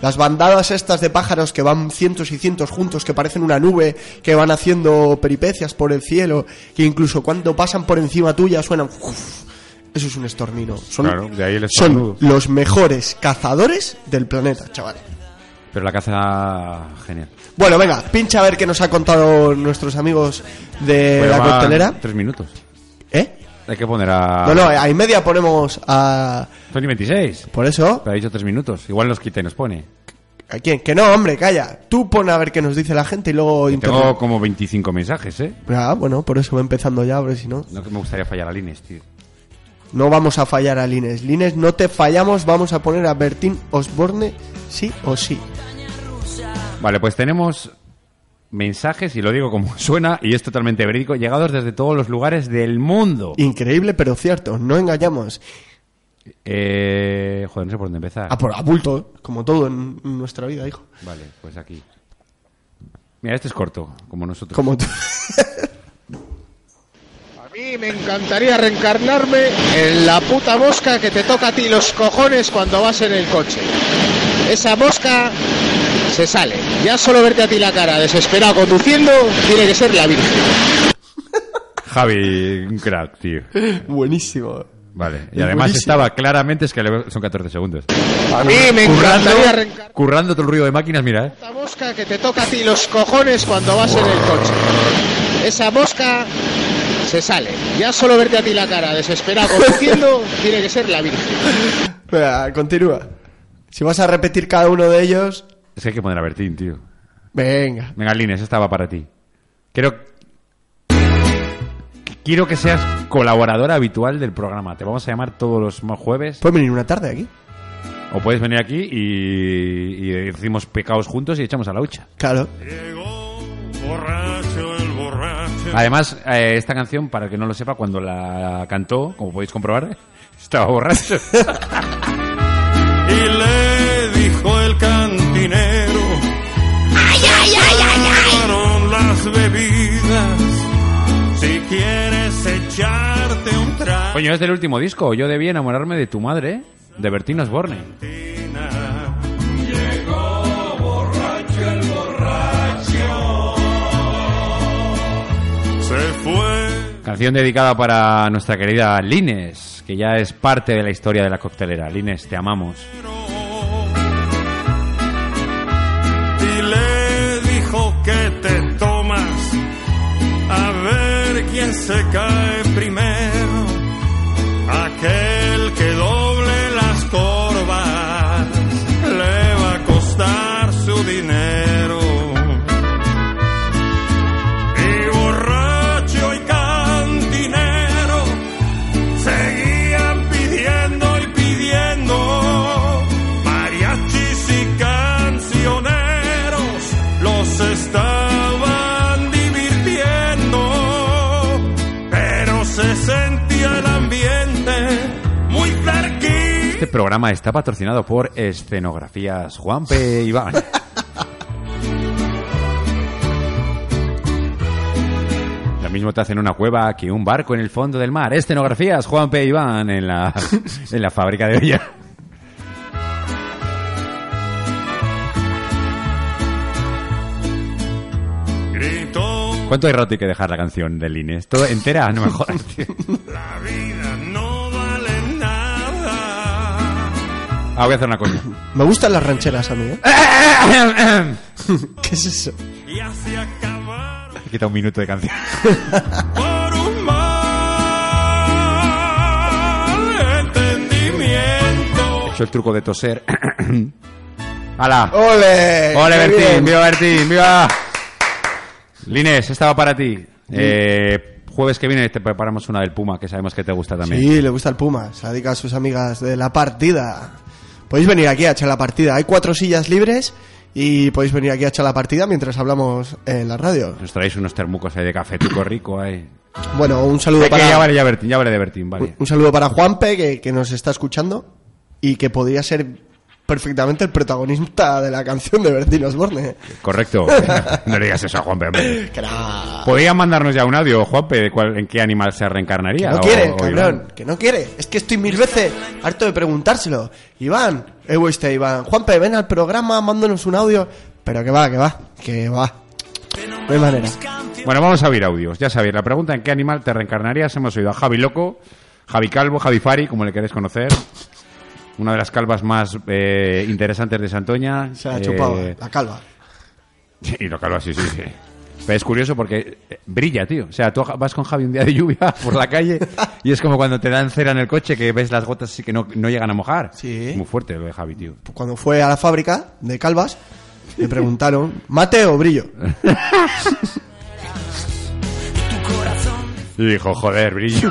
S3: Las bandadas estas de pájaros que van cientos y cientos juntos, que parecen una nube, que van haciendo peripecias por el cielo, que incluso cuando pasan por encima tuya suenan... uf, eso es un estornino. Son,
S2: Claro, de ahí el
S3: son
S2: estornudo.
S3: los mejores cazadores del planeta, chaval.
S2: Pero la caza... Genial.
S3: Bueno, venga, pincha a ver qué nos ha contado nuestros amigos de
S2: Bueno,
S3: Eh, la
S2: van
S3: coctelera.
S2: Tres minutos.
S3: ¿Eh?
S2: Hay que poner a...
S3: No, no, a y media ponemos a...
S2: Son y 26.
S3: Por eso...
S2: Pero ha dicho tres minutos. Igual los quita y nos pone.
S3: ¿A quién? Que no, hombre, calla. Tú pon a ver qué nos dice la gente y luego...
S2: Tengo
S3: interrumpo.
S2: como 25 mensajes, ¿eh?
S3: Ah, bueno, por eso va empezando ya, porque si no...
S2: No que me gustaría fallar a Lines, tío.
S3: No vamos a fallar a Lines. Lines, no te fallamos, vamos a poner a Bertín Osborne sí o sí.
S2: Vale, pues tenemos mensajes, y lo digo como suena, y es totalmente verídico, llegados desde todos los lugares del mundo.
S3: Increíble, pero cierto, no engañamos.
S2: Eh, joder, no sé por dónde empezar.
S3: A por a bulto, como todo en nuestra vida, hijo.
S2: Vale, pues aquí. Mira, este es corto, como nosotros.
S3: Como tú.
S6: A mí me encantaría reencarnarme en la puta mosca que te toca a ti los cojones cuando vas en el coche. Esa mosca se sale. Ya solo verte a ti la cara desesperado conduciendo tiene que ser la virgen.
S2: Javi, un crack, tío.
S3: Buenísimo.
S2: Vale, y
S3: Es
S2: además
S3: buenísimo.
S2: estaba claramente, es que le- son 14 segundos.
S6: A mí me encantaría
S2: Currando,
S6: reencarnarme
S2: currando todo el ruido de máquinas, mira, eh.
S6: en la mosca que te toca a ti los cojones cuando vas en el coche. Esa mosca se sale. Ya solo verte a ti la cara desesperado conduciendo tiene que ser la virgen.
S3: Venga, continúa. Si vas a repetir cada uno de ellos...
S2: Es que hay que poner a Bertín, tío.
S3: Venga.
S2: Venga, Lines, esta va para ti. Quiero... Quiero que seas colaboradora habitual del programa. Te vamos a llamar todos los mo- jueves.
S3: ¿Puedes venir una tarde aquí?
S2: O puedes venir aquí y, y decimos pecados juntos y echamos a la hucha.
S3: Claro.
S2: Además, eh, esta canción, para el que no lo sepa, cuando la cantó, como podéis comprobar, estaba borracho.
S7: Y le dijo el cantinero. Acabaron las bebidas. Si quieres echarte un trago.
S2: Coño, es del último disco. Yo debía enamorarme de tu madre, de Bertín Osborne.
S7: Se fue.
S2: Canción dedicada para nuestra querida Lines, que ya es parte de la historia de la coctelera. Lines, te amamos.
S7: Y le dijo que te tomas a ver quién se cae primero. Aquel que doble las corvas le va a costar su dinero. Y borracho y cantinero seguían pidiendo y pidiendo mariachis y cancioneros los estaban divirtiendo pero se sentía el ambiente muy cerquita
S2: Este programa está patrocinado por Escenografías Juanpe Iván. Lo mismo te hacen una cueva que un barco en el fondo del mar. Escenografías Juanpe Iván en la, en la fábrica de olla.
S7: gritó
S2: ¿Cuánto hay rato hay que dejar la canción de Lines? ¿Todo entera? No me jodas, tío.
S7: la vida no vale nada
S2: Ah, voy a hacer una cosa.
S3: Me gustan las rancheras a mí, ¿eh? ¿Qué es eso?
S7: y así acabar
S2: Quita un minuto de canción.
S7: por un mal entendimiento
S2: He hecho el truco de toser. ¡Hala!
S3: ¡Ole!
S2: ¡Ole,
S3: Qué
S2: Bertín!
S3: bien.
S2: ¡Viva Bertín! ¡Viva! Lines, estaba para ti. Eh, jueves que viene te preparamos una del Puma, que sabemos que te gusta también.
S3: Sí, le gusta el Puma. Se la dedica a sus amigas de la partida. Podéis venir aquí a echar la partida. Hay cuatro sillas libres y podéis venir aquí a echar la partida mientras hablamos en la radio.
S2: Nos traéis unos termucos ahí de cafetuco rico ahí.
S3: Bueno, un saludo
S2: Sé que ya
S3: para...
S2: vale, ya Bertín, ya vale de Bertín,
S3: Un
S2: vale.
S3: un saludo para Juanpe, que, que nos está escuchando y que podría ser perfectamente el protagonista de la canción de Bertín Osborne.
S2: Correcto. No le digas eso a Juanpe. hombre.
S3: Crack.
S2: Podrían mandarnos ya un audio, Juanpe, de cuál- en qué animal se reencarnaría.
S3: No
S2: o-
S3: quiere,
S2: o
S3: cabrón,
S2: Iván.
S3: que no quiere. Es que estoy mil veces harto de preguntárselo. Iván, eu este Iván. Juanpe, ven al programa, mándanos un audio. Pero que va, que va, que va. No hay manera.
S2: Bueno, vamos a oír audios. Ya sabéis, la pregunta en qué animal te reencarnarías hemos oído a Javi Loco, Javi Calvo, Javi Fari, como le queréis conocer. Una de las calvas más eh, interesantes de Santoña.
S3: Se la
S2: Eh,
S3: chupaba, la calva.
S2: Y lo calva, sí, sí, sí. Pero es curioso porque eh, brilla, tío. O sea, tú vas con Javi un día de lluvia por la calle y es como cuando te dan cera en el coche que ves las gotas y que no, no llegan a mojar.
S3: Sí.
S2: Muy fuerte lo de Javi, tío.
S3: Cuando fue a la fábrica de calvas, le preguntaron, ¿mate o brillo?
S2: Y dijo, joder, brillo.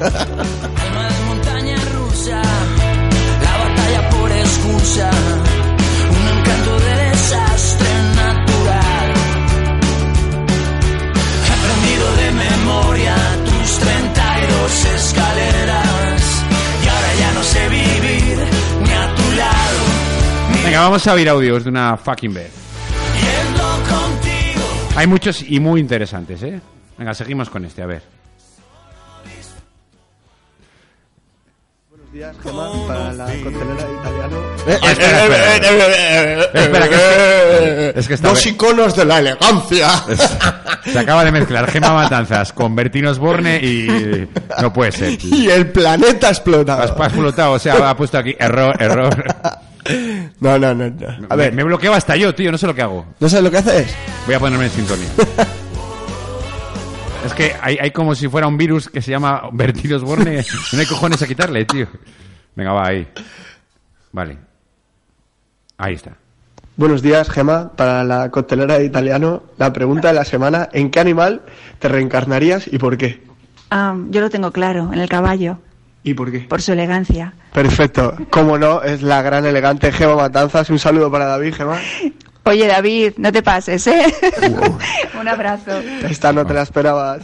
S1: Alma de montaña rusa, la batalla por excusa, un encanto de desastre natural. Aprendido de memoria tus 32 escaleras, y ahora ya no sé vivir ni a tu lado, ni
S2: Venga, vamos a oír audios de una fucking vez.
S1: yendo contigo.
S2: Hay muchos y muy interesantes, ¿eh? Venga, seguimos con este, a ver.
S3: Para la italiano.
S2: Ah, espera,
S3: eh,
S2: espera, Espera, que es que, es que está-
S3: Dos iconos eh, de la elegancia.
S2: se acaba de mezclar Gema Matanzas con Bertín Osborne y no puede ser. tío.
S3: y el planeta
S2: Has,
S3: explotado.
S2: has flotado, o sea, ha puesto aquí error, error.
S3: No, no, no, no. A
S2: Me-
S3: ver,
S2: me, bloqueo hasta yo, tío, no sé lo que hago.
S3: ¿no sabes lo que haces?
S2: Voy a ponerme en sintonía. Es que hay, hay como si fuera un virus que se llama Bertín Osborne. No hay cojones a quitarle, tío. Venga, va, ahí. Vale. Ahí está.
S3: Buenos días, Gema. Para la coctelera de italiano, la pregunta de la semana, ¿en qué animal te reencarnarías y por qué?
S8: Ah, yo lo tengo claro, en el caballo,
S3: ¿Y por qué?
S8: por su elegancia.
S3: Perfecto. Como no, es la gran elegante Gema Matanzas. Un saludo para David, Gema.
S8: Oye, David, no te pases, ¿eh? Un abrazo.
S3: Esta no te la esperabas.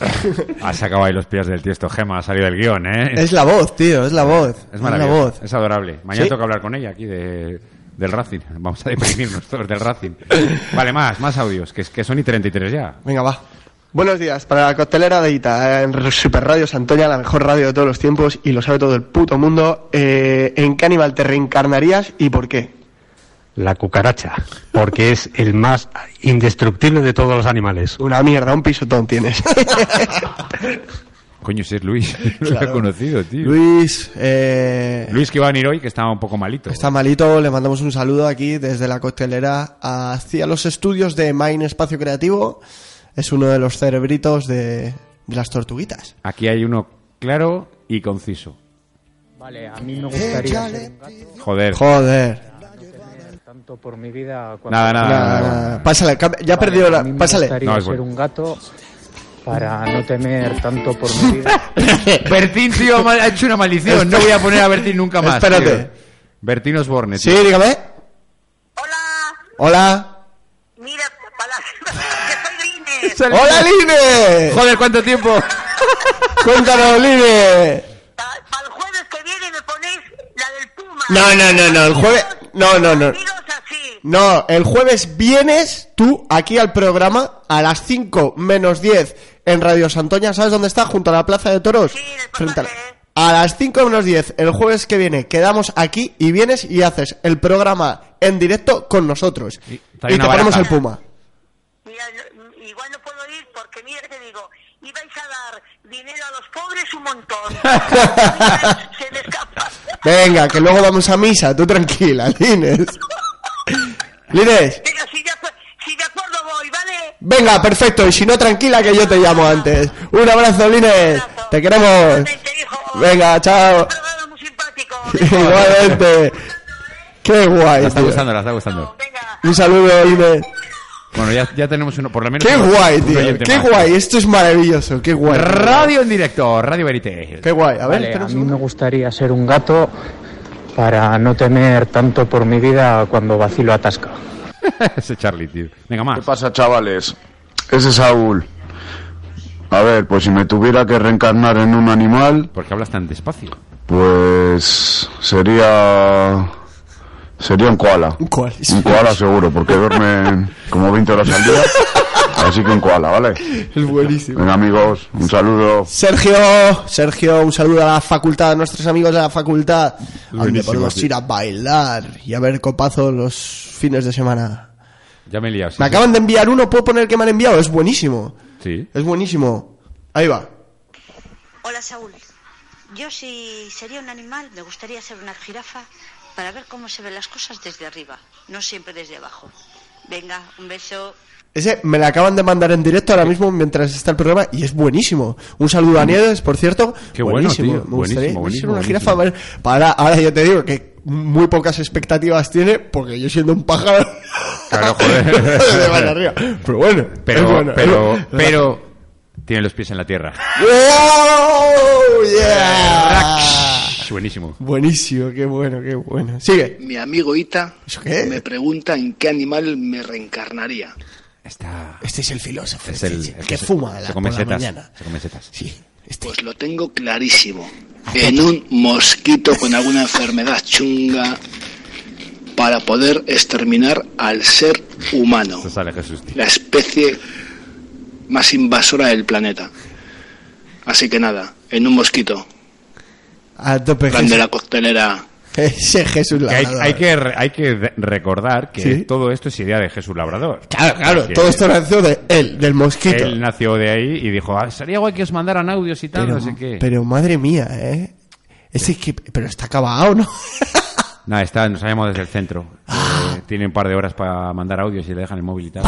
S2: Ha sacado ahí los pies del tiesto. Gema ha salido del guión, ¿eh?
S3: es la voz, tío, es la voz.
S2: Es maravilloso.
S3: la voz.
S2: Es adorable. Mañana
S3: Sí.
S2: toca hablar con ella aquí de, del Racing. Vamos a deprimirnos todos del Racing. Vale, más, más audios, que, es- que son y 33 ya.
S3: Venga, va. Buenos días, para la coctelera de Ita, eh, en Super Radio Santoña, la mejor radio de todos los tiempos y lo sabe todo el puto mundo. eh, ¿En qué animal te reencarnarías y por qué?
S9: La cucaracha, porque es el más indestructible de todos los animales.
S3: Una mierda, un pisotón tienes.
S2: Coño, si es Luis. No lo había
S3: Claro.
S2: conocido, tío.
S3: Luis, eh,
S2: Luis que va a venir hoy, que estaba un poco malito.
S3: está malito, le mandamos un saludo aquí desde la costelera hacia los estudios de Main Espacio Creativo. Es uno de los cerebritos de, de las tortuguitas.
S2: Aquí hay uno claro y conciso.
S10: Vale, a mí me gustaría ser un gato,
S2: Joder.
S3: Joder.
S10: tanto por mi vida cuando...
S2: Nada, nada, nada,
S3: nada. Pásale, cam- ya ha perdido la-
S10: A mí me
S3: pásale.
S10: gustaría
S3: No, es
S10: ser
S3: bueno.
S10: un gato para no temer tanto por mi vida.
S2: Bertín, tío, ha mal- ha hecho una maldición. No voy a poner a Bertín nunca más.
S3: Espérate.
S2: tío. Bertín Osborne.
S3: Sí,
S2: tío.
S3: dígame. Hola.
S2: Sale-
S3: Hola, Line.
S2: Joder, ¿cuánto tiempo?
S3: Cuéntanos, Line. No, no, no, no, el jueves. No, no, no. No, el jueves vienes tú aquí al programa a las 5 menos 10 en Radio Santoña. ¿Sabes dónde está? Junto a la Plaza de Toros. Frente a, la- a las 5 menos 10, el jueves que viene, quedamos aquí y vienes y haces el programa en directo con nosotros. Y,
S2: trae
S3: te
S2: una
S3: ponemos
S2: baraja.
S3: el puma. Venga, que luego vamos a misa, tú tranquila, Lines. Lines. Venga, perfecto, y si no, tranquila que yo te llamo antes. Un abrazo, Lines. Te queremos. Venga, chao. Igualmente. Qué guay.
S2: La está
S3: tío.
S2: gustando, la está gustando.
S3: Un saludo, Lines.
S2: Bueno, ya, ya tenemos uno, por lo menos.
S3: Qué
S2: uno-
S3: guay,
S2: un
S3: tío.
S2: oyente
S3: Qué
S2: más.
S3: guay, esto es maravilloso, qué guay.
S2: Radio en directo, Radio Verité.
S3: Qué guay, a ver,
S10: Vale,
S3: espera
S10: a
S3: un
S10: mí me gustaría ser un gato para no temer tanto por mi vida cuando vacilo atasca.
S2: Ese Charlie, tío. Venga, más.
S11: ¿Qué pasa, chavales? Ese es Saúl. A ver, pues si me tuviera que reencarnar en un animal,
S2: Porque hablas tan despacio.
S11: pues sería sería un koala. Un
S3: koala,
S11: seguro, porque duerme como 20 horas al día. Así que un koala, ¿vale?
S3: Es buenísimo.
S11: Venga, amigos, un saludo.
S3: Sergio, Sergio, un saludo a la facultad, a nuestros amigos de la facultad. A donde
S2: Buenísimo,
S3: podemos
S2: tío.
S3: ir a bailar y a ver copazo los fines de semana.
S2: Ya me he liado. sí,
S3: Me
S2: sí.
S3: acaban de enviar uno, ¿puedo poner que me han enviado? Es buenísimo.
S2: Sí.
S3: Es buenísimo. Ahí va.
S12: Hola Saúl, yo si sería un animal me gustaría ser una jirafa para ver cómo se ven las cosas desde arriba, no siempre desde abajo. Venga, un beso.
S3: Ese me la acaban de mandar en directo ahora mismo mientras está el programa y es buenísimo. Un saludo a Nieves, por cierto.
S2: Mm. Qué bueno, tío.
S3: Me gustaría
S2: Buenísimo,
S3: ser
S2: buenísimo,
S3: una jirafa para- para ahora yo te digo que muy pocas expectativas tiene porque yo siendo un pájaro
S2: Claro, joder.
S3: de van arriba. Pero bueno,
S2: Pero,
S3: es bueno.
S2: pero, pero. Tiene los pies en la tierra.
S3: ¡Oh, yeah!
S2: Es buenísimo.
S3: Buenísimo, qué bueno, qué bueno. Sigue.
S13: Mi amigo Ita
S3: qué?
S13: me pregunta en qué animal me reencarnaría.
S3: Este es el filósofo.
S2: Es
S3: este
S2: el,
S3: chico
S2: el
S3: que
S2: se-
S3: fuma a la,
S2: se come
S3: por la
S2: setas.
S3: mañana. este
S2: Se come setas.
S13: Pues lo tengo clarísimo. En un mosquito con alguna enfermedad chunga para poder exterminar al ser humano,
S2: Se sale Jesús, tío.
S13: la especie más invasora del planeta. Así que nada, en un mosquito,
S3: A tope,
S13: grande
S3: Jesús.
S13: la costelera.
S3: Ese Jesús
S2: Que hay,
S3: Labrador.
S2: hay que, re- hay que re- recordar que
S3: Sí.
S2: todo esto es idea de Jesús Labrador.
S3: Claro, claro,
S2: Que
S3: todo esto nació de él, del mosquito.
S2: Él nació de ahí y dijo, "Ah, sería guay que os mandaran audios y tal,
S3: Pero,
S2: no sé qué.
S3: pero madre mía, ¿eh? Ese que, pero está acabado, ¿no?
S2: Nada, está, nos sabemos desde el centro.
S3: Ah.
S2: Eh, tiene un par de horas para mandar audios y le dejan el móvil y tal.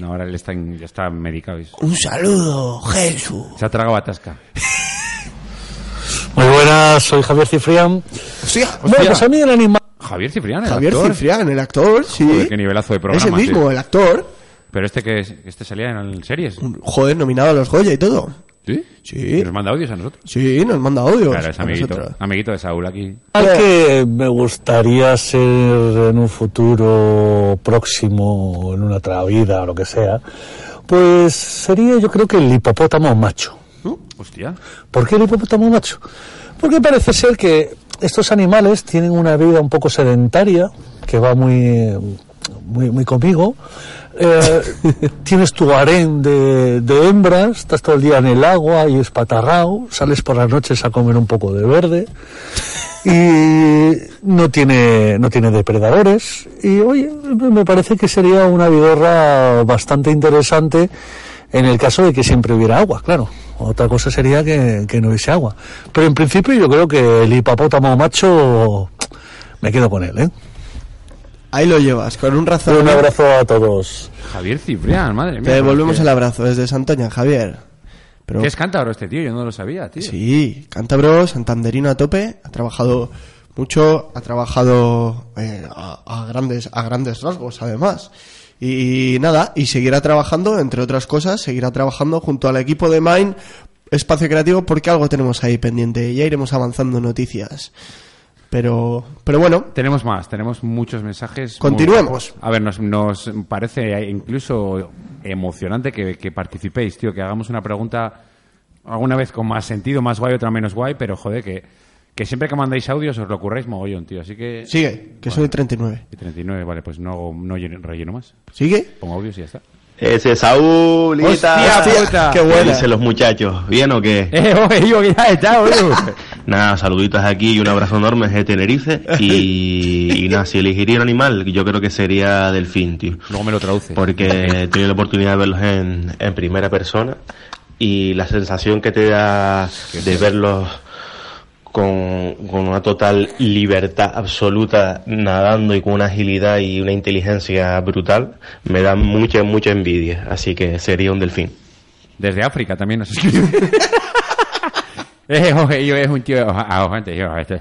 S2: No, ahora él está en- ya está medicado.
S3: Un saludo, Jesús.
S2: Se ha tragado atasca.
S14: Muy buenas, soy Javier Cifrián. Bueno, pues a mí el animal...
S2: Javier Cifrián, el
S3: Javier
S2: actor.
S3: Cifrián, el actor, sí.
S2: Joder, qué nivelazo de programa.
S3: Ese mismo, eh.
S2: tío.
S3: el actor.
S2: Pero este que es- este salía en series.
S3: Joder, nominado a los Goya y todo.
S2: ¿Sí?
S3: Sí.
S2: Nos manda audios a nosotros.
S3: Sí, nos manda audio.
S2: Claro, es
S3: a
S2: amiguito,
S3: nosotros.
S2: amiguito de Saúl aquí.
S14: Al que me gustaría ser en un futuro próximo, en una otra vida o lo que sea, pues sería yo creo que el hipopótamo macho.
S2: Hostia.
S14: ¿Por qué el hipopótamo macho? Porque parece ser que estos animales tienen una vida un poco sedentaria, que va muy, muy, muy conmigo. Eh, tienes tu harén de, de hembras, estás todo el día en el agua y espatarrao, sales por las noches a comer un poco de verde. y no tiene no tiene depredadores y oye me parece que sería una vidorra bastante interesante en el caso de que siempre hubiera agua claro otra cosa sería que, que no hubiese agua pero en principio yo creo que el hipopótamo macho me quedo con él ¿eh?
S3: Ahí lo llevas, con un razón.
S14: un abrazo a todos
S2: Javier Ciprián, madre mía.
S3: Te devolvemos el abrazo desde Santoña, Javier. Pero
S2: ¿Qué es cántabro este tío? Yo no lo sabía, tío.
S3: sí, cántabro, santanderino a tope, ha trabajado mucho, ha trabajado eh, a, a grandes a grandes rasgos además. Y, nada, y seguirá trabajando, entre otras cosas, seguirá trabajando junto al equipo de Mind Espacio Creativo porque algo tenemos ahí pendiente, ya iremos avanzando noticias. Pero pero bueno,
S2: Tenemos más, tenemos muchos mensajes. muy
S3: Continuemos.
S2: guapos. A ver, nos, nos parece incluso emocionante que, que participéis, tío, que hagamos una pregunta alguna vez con más sentido, más guay, otra menos guay, pero joder, que, que siempre que mandáis audios os lo ocurréis mogollón, tío. Así que.
S3: sigue, que soy 39.
S2: Y 39, vale, pues no, hago- no lleno- relleno más.
S3: ¿Sigue?
S2: Pongo audios y ya está.
S15: Ese es Saúl,
S2: Hostia, puta. Qué buena.
S15: dicen los muchachos? ¿Bien o qué?
S2: Eh, oye, yo que ya está, oye.
S15: Nada, saluditos aquí y un abrazo enorme de Tenerife. Y, y nada, si elegiría un animal, yo creo que sería delfín, tío.
S2: Luego me lo traduce.
S15: Porque he tenido la oportunidad de verlos en, en primera persona y la sensación que te da de verlos con, con una total libertad absoluta nadando y con una agilidad y una inteligencia brutal me da mucha, mucha envidia. Así que sería un delfín.
S2: Desde África también nos escribe. Eh, oye, yo es un tío ajo- arrogante, yo, este,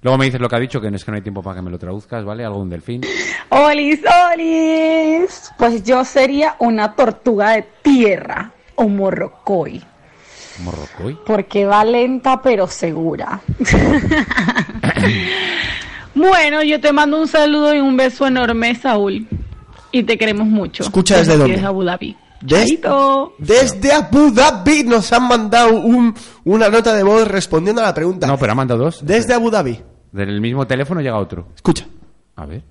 S2: Luego me dices lo que ha dicho, que no es que no hay tiempo para que me lo traduzcas, ¿vale? Algo de un delfín.
S16: Olis, olis. Pues yo sería una tortuga de tierra o morrocoy.
S2: Morrocoy.
S16: Porque va lenta pero segura. bueno, yo te mando un saludo y un beso enorme, Saúl. Y te queremos mucho.
S3: Escucha, ¿desde
S16: Desde
S3: dónde?
S16: aquí, Abu Dhabi.
S3: Des- desde Abu Dhabi nos han mandado un- una nota de voz respondiendo a la pregunta. No,
S2: pero ha mandado dos.
S3: Desde Abu Dhabi.
S2: Del mismo teléfono llega otro.
S3: Escucha.
S2: A ver.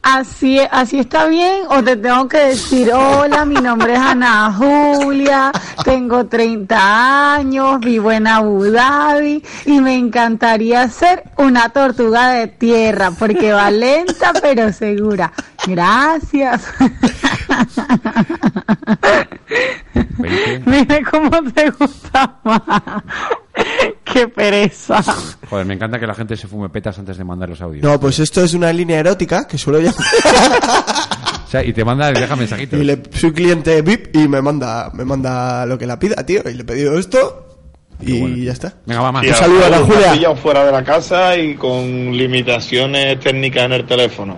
S17: Así, así está bien, o te tengo que decir, hola, mi nombre es Ana Julia, tengo 30 años, vivo en Abu Dhabi y me encantaría ser una tortuga de tierra, porque va lenta pero segura. Gracias. Mira cómo te gusta más. Qué pereza.
S2: Joder, me encanta que la gente se fume petas antes de mandar los audios.
S3: No, pues esto es una línea erótica que suelo llamar.
S2: O sea, y te manda, deja mensajitos.
S3: Y le, soy cliente VIP y me manda, me manda lo que la pida, tío. Y le he pedido esto y ya está.
S2: Venga, va más.
S3: Un saludo a la Julia.
S18: fuera de la casa y con limitaciones técnicas en el teléfono.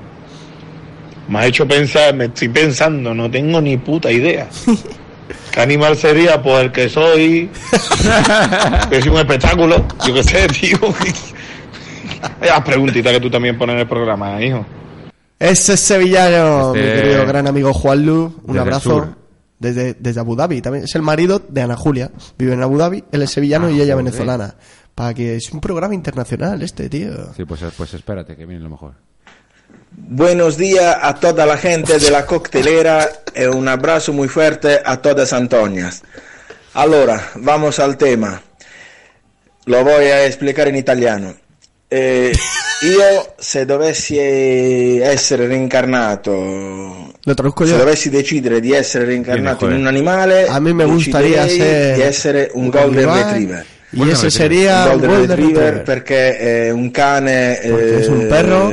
S18: Me ha hecho pensar, me estoy pensando, no tengo ni puta idea. ¿Qué animal sería? Pues el que soy. Es un espectáculo. Yo qué sé, tío. Las preguntitas que tú también pones en el programa, hijo.
S3: Ese es sevillano,
S18: Este-
S3: mi querido gran amigo Juanlu. Un
S18: Desde el
S3: abrazo.
S18: sur.
S3: Desde, desde Abu Dhabi también. Es el marido de Ana Julia. Vive en Abu Dhabi. Él es sevillano y ella
S2: joder.
S3: venezolana. Para que es un programa internacional este, tío.
S2: Sí, pues, pues espérate, que viene lo mejor.
S19: Buenos días a toda la gente de la coctelera y un abrazo muy fuerte a todas Antonias. Allora, vamos al tema. Lo voy a explicar en italiano. Eh, io se dovessi essere reincarnato,
S3: Lo traduzco
S19: se
S3: yo.
S19: dovessi decidere di essere reincarnato in
S3: joder.
S19: un animale,
S3: A mí me gustaría
S19: deciderei
S3: ser
S19: di essere un
S3: un
S19: golden
S3: Golden
S19: retriever.
S3: Y Golden ese retriever. sería
S19: un golden,
S3: un golden
S19: retriever,
S3: retriever.
S19: perché è un cane
S3: Perché
S19: eh,
S3: es un perro.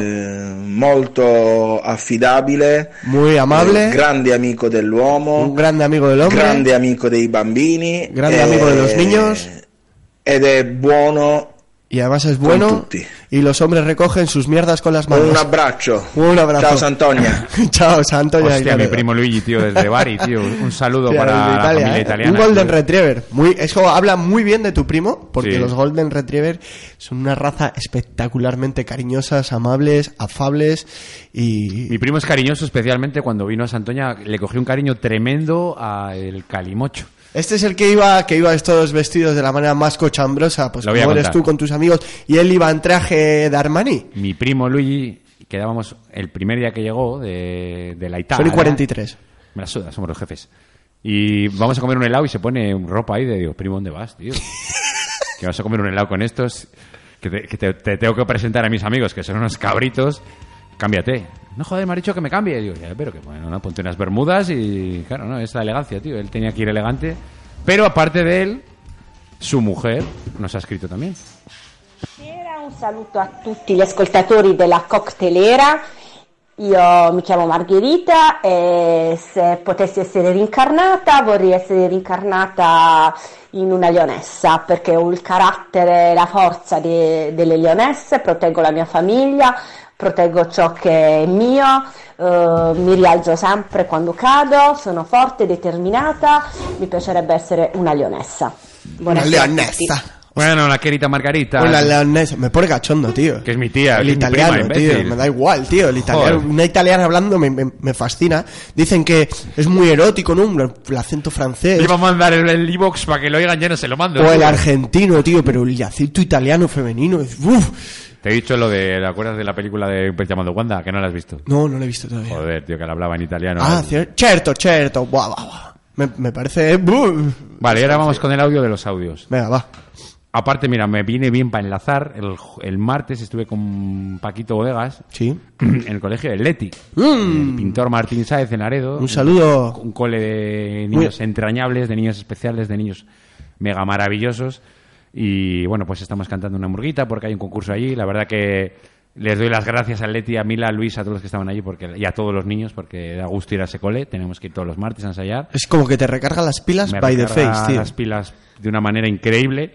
S19: molto affidabile,
S3: Muy amable.
S19: eh, grande amico dell'uomo,
S3: un grande amigo del hombre.
S19: grande amico dei bambini,
S3: grande
S19: eh,
S3: amigo de los niños.
S19: ed è buono.
S3: Y además es
S19: con
S3: bueno.
S19: tutti.
S3: Y los hombres recogen sus mierdas con las manos.
S19: Un abbraccio.
S3: Un abrazo.
S19: Ciao Santonia.
S3: Chao, Santoña.
S2: Hostia, mi primo Luigi, tío, desde Bari, tío. Un saludo
S3: Hostia,
S2: para
S3: desde
S2: la
S3: Italia,
S2: familia
S3: ¿eh?
S2: italiana.
S3: Un Golden
S2: tío.
S3: Retriever. Muy, eso habla muy bien de tu primo, porque
S2: Sí.
S3: los Golden Retriever son una raza espectacularmente cariñosas, amables, afables y...
S2: Mi primo es cariñoso, especialmente cuando vino a Santoña, le cogió un cariño tremendo al calimocho.
S3: Este es el que iba, que iba estos vestidos de la manera más cochambrosa, pues
S2: Lo voy a
S3: como eres
S2: contar.
S3: tú con tus amigos, y él iba en traje de Armani.
S2: Mi primo Luigi, quedábamos el primer día que llegó de, de la Italia.
S3: Son 43.
S2: Me la suda, somos los jefes. Y vamos a comer un helado y se pone ropa ahí de, digo, primo, ¿dónde vas, tío? que vas a comer un helado con estos. Que que, te, que te- te tengo que presentar a mis amigos, que son unos cabritos, cámbiate. No, joder, me ha dicho que me cambie. Digo, ya, pero que bueno, no, ponte unas bermudas y claro, no, es la elegancia, tío. Él tenía que ir elegante. Pero aparte de él, su mujer nos ha escrito también.
S20: Buonasera, un saluto a tutti gli ascoltatori della Coctelera. Io mi chiamo Margherita e se potessi essere rincarnata vorrei essere rincarnata in una leonessa perché ho il carattere, la forza de- delle leonesse, proteggo la mia famiglia, proteggo ciò che è mio, eh, mi rialzo sempre quando cado, sono forte, determinata, mi piacerebbe essere una leonessa.
S3: Una
S20: Buonasera a tutti.
S3: leonesa.
S2: Bueno, la querida Margarita.
S3: Una leonesa. Me pone cachondo, tío.
S2: Que es mi
S3: El
S2: tía, que es mi
S3: italiano,
S2: prima,
S3: tío.
S2: imbécil.
S3: Me da igual, tío. El italiano,
S2: Joder.
S3: una italiana hablando me, me- me fascina. Dicen que es muy erótico, ¿no? Un- El acento francés.
S2: Le iba a mandar el, el e-box para que lo oigan, ya no se lo mando.
S3: O el argentino, tío. Pero el acento italiano femenino es... uf.
S2: Te he dicho lo de, ¿te acuerdas de la película de un pez llamado Wanda? Que no la has visto.
S3: No, no lo he visto todavía.
S2: Joder, tío, que la hablaba en italiano.
S3: Ah, cierto. Certo, certo. Buah, buah, buah. Me, me parece... eh, buh.
S2: Vale, y ahora vamos con el audio de los audios.
S3: Venga, va.
S2: Aparte, mira, me viene bien para enlazar. El, el martes estuve con Paquito Bodegas.
S3: Sí.
S2: En el colegio del Leti. El pintor Martín Sáez en Aredo.
S3: Mm. Un saludo.
S2: Un cole de niños entrañables, de niños especiales, de niños mega maravillosos. Y bueno, pues estamos cantando una murguita porque hay un concurso allí. La verdad que les doy las gracias a Leti, a Mila, a Luis, a todos los que estaban allí porque, y a todos los niños porque da gusto ir a ese cole. Tenemos que ir todos los martes a ensayar
S3: Es como que te recarga las pilas
S2: me
S3: by the
S2: recarga
S3: face, tío.
S2: las pilas de una manera increíble.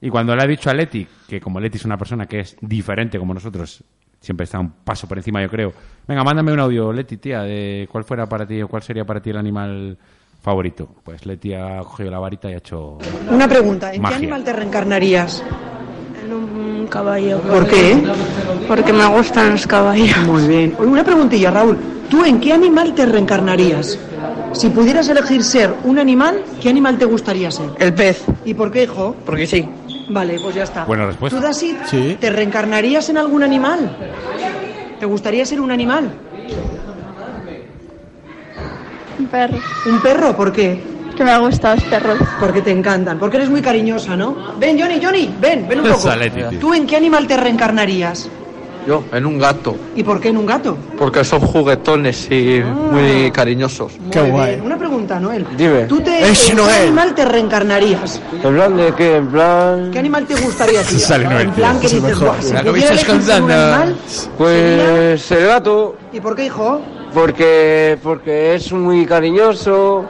S2: Y cuando le ha dicho a Leti, que como Leti es una persona que es diferente como nosotros, siempre está un paso por encima, yo creo. Venga, mándame un audio, Leti, tía, de cuál fuera para ti o cuál sería para ti el animal favorito. Pues Leti ha cogido la varita y ha hecho.
S21: Una pregunta, ¿en
S2: Magia.
S21: qué animal te reencarnarías?
S22: En un caballo.
S21: ¿Por qué?
S22: Porque me gustan los caballos.
S21: Muy bien. Oye, Una preguntilla, Raúl. ¿Tú en qué animal te reencarnarías? Si pudieras elegir ser un animal, ¿qué animal te gustaría ser? El pez. ¿Y por qué, hijo? Porque sí. Vale, pues ya está.
S2: Buena respuesta.
S21: ¿Tú, Dasid,
S2: Sí.
S21: te reencarnarías en algún animal? ¿Te gustaría ser un animal? Un perro. ¿Un perro? ¿Por qué? Que me gustan los perros. Porque te encantan, porque eres muy cariñosa, ¿no? Ven, Johnny, Johnny, ven, ven un poco.
S23: Esa Leti, tío.
S21: ¿Tú en qué animal te reencarnarías?
S23: Yo, en un gato,
S21: ¿Y por qué en un gato?
S23: porque son juguetones y
S21: Ah.
S23: muy cariñosos.
S21: Muy bien. Una pregunta, Noel.
S23: Dime.
S21: ¿Tú te,
S23: Es
S21: en
S23: Noel.
S21: qué animal te reencarnarías?
S23: ¿En plan de qué? ¿En plan...?
S21: ¿Qué animal te gustaría a ti? en plan que dices, "Buah, si pudiera elegir ser un animal,
S23: Pues el gato,
S21: ¿Y por qué, hijo?
S23: porque, porque es muy cariñoso,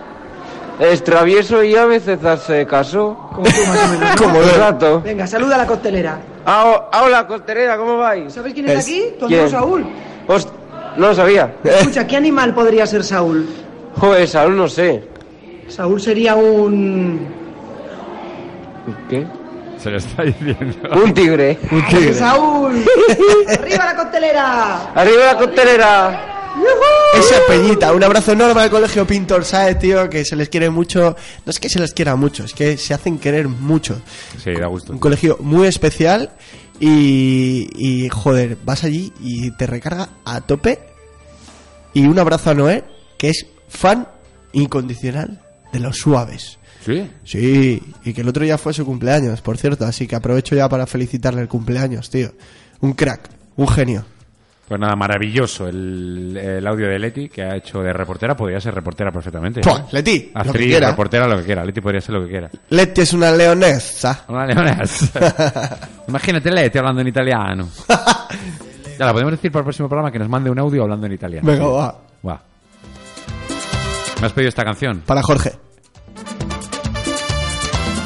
S23: es travieso y a veces hace caso. Como tú,
S21: más o menos, ¿no?
S23: Como el gato.
S21: Venga, saluda a la costelera.
S23: Ah, o- ah, hola, costerera, ¿cómo vais?
S21: ¿Sabes quién está aquí? Tu amigo
S23: ¿Quién?
S21: Saúl.
S23: Host- No lo sabía.
S21: Escucha, ¿qué animal podría ser Saúl?
S23: Joder, Saúl, no sé.
S21: Saúl sería un...
S23: ¿Qué?
S2: Se lo está diciendo.
S23: Un tigre. Un
S21: ¡Saúl! ¡Arriba la costelera!
S23: ¡Arriba la costelera!
S21: ¡Yujú!
S3: Esa peñita, un abrazo enorme al colegio Pintor Sae, tío, que se les quiere mucho. No es que se les quiera mucho, es que se hacen querer mucho.
S2: Sí, da gusto.
S3: Un colegio muy especial y, y, joder, vas allí y te recarga a tope. Y un abrazo a Noé, que es fan incondicional de los suaves.
S2: Sí.
S3: Sí, y que el otro día fue su cumpleaños, por cierto, así que aprovecho ya para felicitarle el cumpleaños, tío. Un crack, un genio.
S2: Pues nada, maravilloso el, el audio de Leti que ha hecho de reportera. Podría ser reportera perfectamente. ¿eh?
S3: Pua, Leti, lo que
S2: Actriz,
S3: quiera.
S2: reportera, lo que quiera. Leti podría ser lo que quiera.
S3: Leti es una leonesa.
S2: Una leonesa. Imagínate Leti hablando en italiano. Ya la podemos decir para el próximo programa que nos mande un audio hablando en italiano.
S3: Venga, va.
S2: Va. ¿Me has pedido esta canción?
S3: Para Jorge.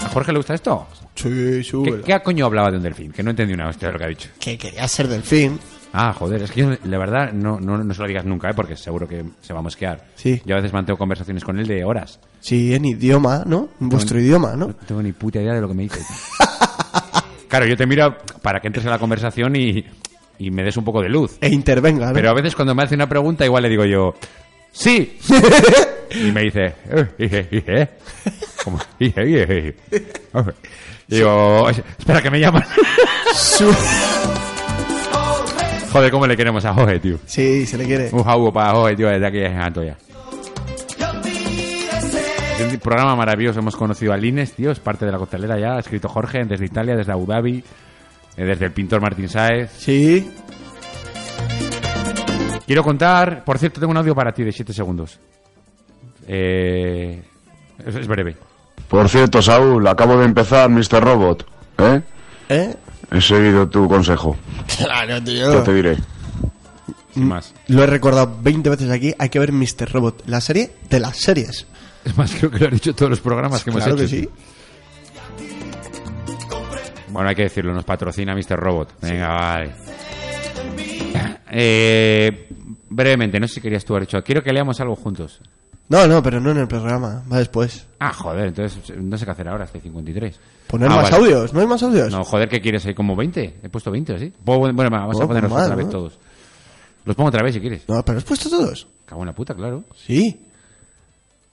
S2: ¿A Jorge le gusta esto?
S3: Sí,
S2: ¿Qué, ¿Qué coño hablaba de un delfín? Que no entendí una hostia de lo que ha dicho.
S3: Que quería ser delfín.
S2: Ah, joder, es que yo, la verdad, no, no, no se lo digas nunca, ¿eh? porque seguro que se va a mosquear.
S3: Sí.
S2: Yo a veces mantengo conversaciones con él de horas.
S3: Sí, en idioma, ¿no? En vuestro idioma, ¿no?
S2: No tengo ni puta idea de lo que me dices. claro, yo te miro para que entres en la conversación y, y me des un poco de luz.
S3: E intervenga, ¿no?
S2: Pero a veces cuando me hace una pregunta, igual le digo yo, ¡sí! y me dice, "Eh, ije, ije". Como, "Ije, ije, ije". Digo, espera que me llaman. Joder, cómo le queremos a Jorge, tío.
S3: Sí, se le quiere.
S2: Un jaugo para Jorge, tío, desde aquí en Antoya. Es un programa maravilloso. Hemos conocido a Lines, tío, es parte de la costelera ya. Ha escrito Jorge desde Italia, desde Abu Dhabi. eh, desde el pintor Martín Sáez.
S3: Sí.
S2: Quiero contar, por cierto, tengo un audio para ti de 7 segundos. Eh, es- es breve.
S11: Por cierto, Saúl, acabo de empezar Mr. Robot. ¿Eh?
S3: ¿Eh?
S11: He seguido tu consejo.
S3: Claro,
S11: Ya te diré.
S3: Mm.
S2: más.
S3: Lo he recordado 20 veces aquí. Hay que ver Mr. Robot, la serie de las series.
S2: Es más, creo que lo han dicho todos los programas que hemos
S3: Claro
S2: hecho.
S3: que sí.
S2: Bueno, hay que decirlo, nos patrocina Mr. Robot. Venga, vale. Eh, brevemente, no sé si querías tú haber hecho. Quiero que leamos algo juntos.
S3: No, no, pero no en el programa. Va después.
S2: Ah, joder, entonces no sé qué hacer ahora, estoy 53.
S3: Poner
S2: Ah,
S3: más
S2: vale.
S3: audios. ¿No hay más audios?
S2: No, joder, ¿qué quieres? Hay como 20. He puesto 20, ¿sí? Puedo- Bueno, va, vamos
S3: Oh,
S2: a ponerlos
S3: mal,
S2: otra vez
S3: ¿no?
S2: todos. Los pongo otra vez si quieres.
S3: No, pero has puesto todos.
S2: Cago en la puta, claro.
S3: Sí.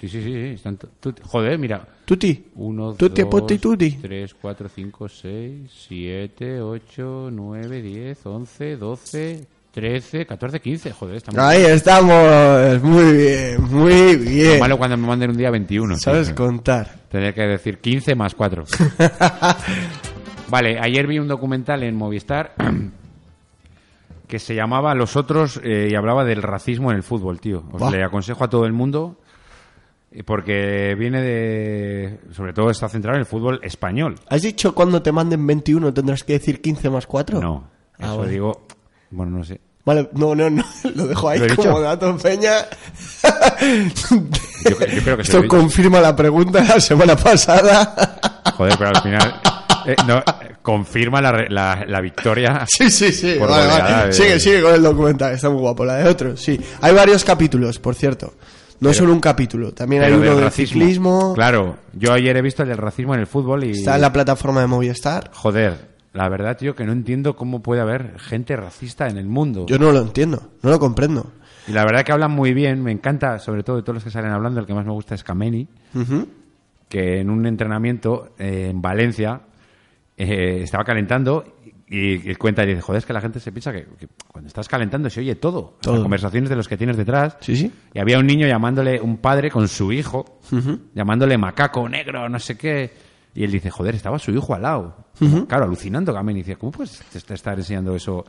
S2: Sí, sí, sí. sí, están to- tut- joder, mira.
S3: Tuti.
S2: Uno,
S3: Tuti,
S2: dos,
S3: poti, tuti.
S2: tres, cuatro, cinco, seis, siete, ocho, nueve, diez, once, doce, trece, catorce, quince. Joder, estamos...
S3: Ahí estamos. Muy bien, muy bien.
S2: Lo malo cuando me manden un día 21.
S3: Sabes
S2: tío.
S3: contar.
S2: Tendría que decir 15 más 4. vale, ayer vi un documental en Movistar que se llamaba Los Otros eh, y hablaba del racismo en el fútbol, tío. Os
S24: Buah.
S2: le aconsejo a todo el mundo eh, porque viene de... Sobre todo está centrado en el fútbol español.
S3: ¿Has dicho cuando te manden 21 tendrás que decir 15 más 4?
S2: No.
S3: Ah,
S2: Eso
S3: bueno.
S2: digo... Bueno, no sé.
S3: Vale, no, no, no. Lo dejo ahí
S2: ¿Lo he
S3: como
S2: dicho?
S3: dato, Peña.
S2: Yo, yo creo que se lo he
S3: Esto
S2: dicho.
S3: confirma la pregunta de la semana pasada.
S2: Joder, pero al final... eh, no, eh, confirma la, re- la- la victoria.
S3: Sí, sí, sí.
S2: por
S3: Vale,
S2: goleada
S3: vale.
S2: de-
S3: Sigue, sigue con el documental. Está muy guapo. La de otros, sí. Hay varios capítulos, por cierto. No
S2: Pero-
S3: solo un capítulo. También hay
S2: Pero
S3: uno
S2: del
S3: del
S2: racismo.
S3: ciclismo.
S2: Claro, yo ayer he visto el del racismo en el fútbol y...
S3: Está en la plataforma de Movistar.
S2: Joder, la verdad, tío, que no entiendo cómo puede haber gente racista en el mundo.
S3: Yo no lo entiendo. No lo comprendo.
S2: Y la verdad que hablan muy bien, me encanta, sobre todo de todos los que salen hablando, el que más me gusta es Kameni,
S3: Ujú.
S2: que en un entrenamiento eh, en Valencia eh, estaba calentando y, y cuenta y dice, joder, es que la gente se piensa que, que cuando estás calentando se oye todo.
S3: Todo.
S2: Las conversaciones de los que tienes detrás.
S3: Sí, sí.
S2: Y había un niño llamándole, un padre con su hijo,
S3: Ujú.
S2: llamándole macaco, negro, no sé qué. Y él dice, joder, estaba su hijo al lado.
S3: Ujú.
S2: Claro, alucinando Gamen. Y dice, ¿cómo puedes est- estar enseñando eso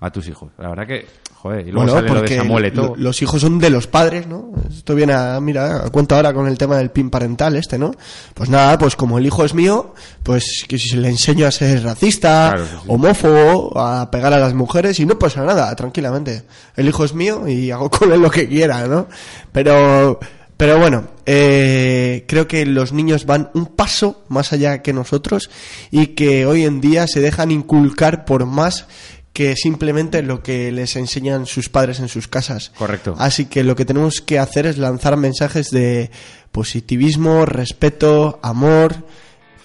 S2: a tus hijos? La verdad que, joder, y luego
S3: Bueno,
S2: sale lo de
S3: porque
S2: Samuel
S3: lo-
S2: Eto'o.
S3: los hijos son de los padres, ¿no? Esto viene a, mira, a cuento ahora con el tema del pin parental este, ¿no? Pues nada, pues como el hijo es mío, pues que si le enseño a ser racista,
S2: Claro, sí, sí.
S3: homófobo, a pegar a las mujeres y no pasa nada, tranquilamente. El hijo es mío y hago con él lo que quiera, ¿no? Pero, pero bueno, eh, creo que los niños van un paso más allá que nosotros y que hoy en día se dejan inculcar por más que simplemente lo que les enseñan sus padres en sus casas.
S2: Correcto.
S3: Así que lo que tenemos que hacer es lanzar mensajes de positivismo, respeto, amor,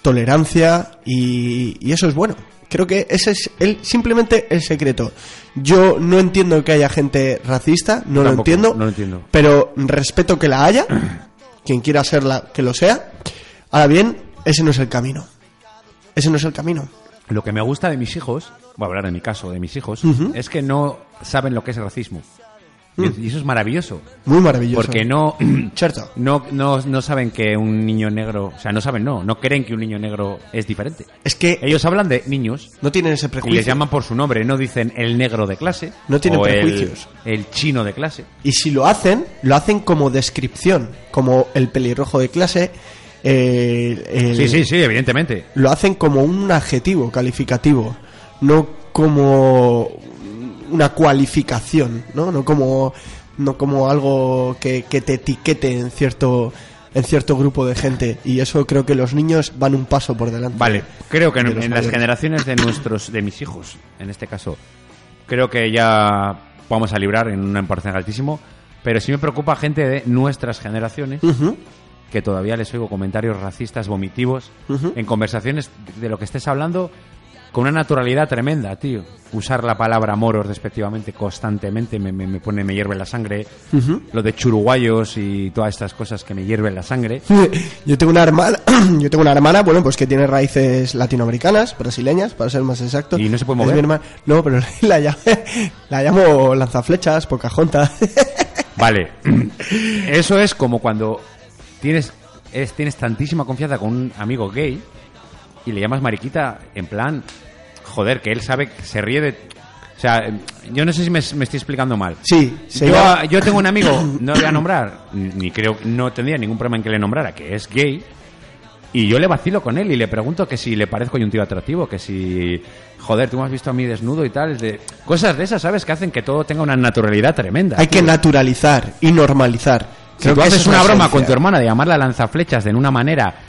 S3: tolerancia y, y eso es bueno. Creo que ese es el, simplemente el secreto. Yo no entiendo que haya gente racista, no lo
S2: Tampoco,
S3: entiendo,
S2: No lo entiendo.
S3: pero respeto que la haya, quien quiera serla, que lo sea. Ahora bien, ese no es el camino. Ese no es el camino.
S2: Lo que me gusta de mis hijos, voy a hablar de mi caso, de mis hijos,
S3: Ujú. Mm.
S2: es que no saben lo que es racismo. Y es- Y eso es maravilloso.
S3: Muy maravilloso.
S2: Porque no,
S3: Cierto.
S2: no, no, no saben que un niño negro, o sea, no saben, no, no creen que un niño negro es diferente.
S3: Es que
S2: ellos hablan de niños
S3: No tienen ese
S2: y
S3: prejuicio.
S2: les llaman por su nombre, no dicen el negro de clase.
S3: No tienen
S2: o el-
S3: prejuicios.
S2: El, chino de clase.
S3: Y si lo hacen, lo hacen como descripción, como el pelirrojo de clase. eh, el-
S2: Sí, sí, sí, evidentemente.
S3: Lo hacen como un adjetivo calificativo, no como una cualificación, ¿no? No como, no como algo que, que te etiquete en cierto, en cierto grupo de gente. Y eso creo que los niños van un paso por delante.
S2: Vale, creo que en,
S3: de los
S2: en las
S3: mayores.
S2: generaciones de nuestros, de mis hijos, en este caso, creo que ya vamos a librar en un porcentaje altísimo, pero sí me preocupa gente de nuestras generaciones
S3: Ujú.
S2: que todavía les oigo comentarios racistas, vomitivos,
S3: Ujú.
S2: en conversaciones de lo que estés hablando con una naturalidad tremenda, tío. Usar la palabra moros despectivamente constantemente me, me- me pone, me hierve la sangre.
S3: Ujú.
S2: Lo de churuguayos y todas estas cosas que me hierven la sangre.
S3: Yo tengo una hermana, yo tengo una hermana, bueno, pues que tiene raíces latinoamericanas, brasileñas, para ser más exacto. Y no se puede
S2: mover?
S3: No, pero la, ll- la llamo lanzaflechas, pocajonta.
S2: Vale. Eso es como cuando tienes, es- tienes tantísima confianza con un amigo gay y le llamas mariquita en plan Joder, que él sabe, que se ríe de... O sea, yo no sé si me, me estoy explicando mal.
S3: Sí, se
S2: yo,
S3: llama-
S2: yo tengo un amigo, no le voy a nombrar, ni creo, no tendría ningún problema en que le nombrara, que es gay, y yo le vacilo con él y le pregunto que si le parezco yo un tío atractivo, que si, joder, tú me has visto a mí desnudo y tal, es de, cosas de esas, ¿sabes? Que hacen que todo tenga una naturalidad tremenda.
S3: Hay que naturalizar y normalizar.
S2: Si tú
S3: que
S2: haces
S3: esa es
S2: una
S3: la
S2: broma
S3: esencia.
S2: con tu hermana de llamarla lanzaflechas de una manera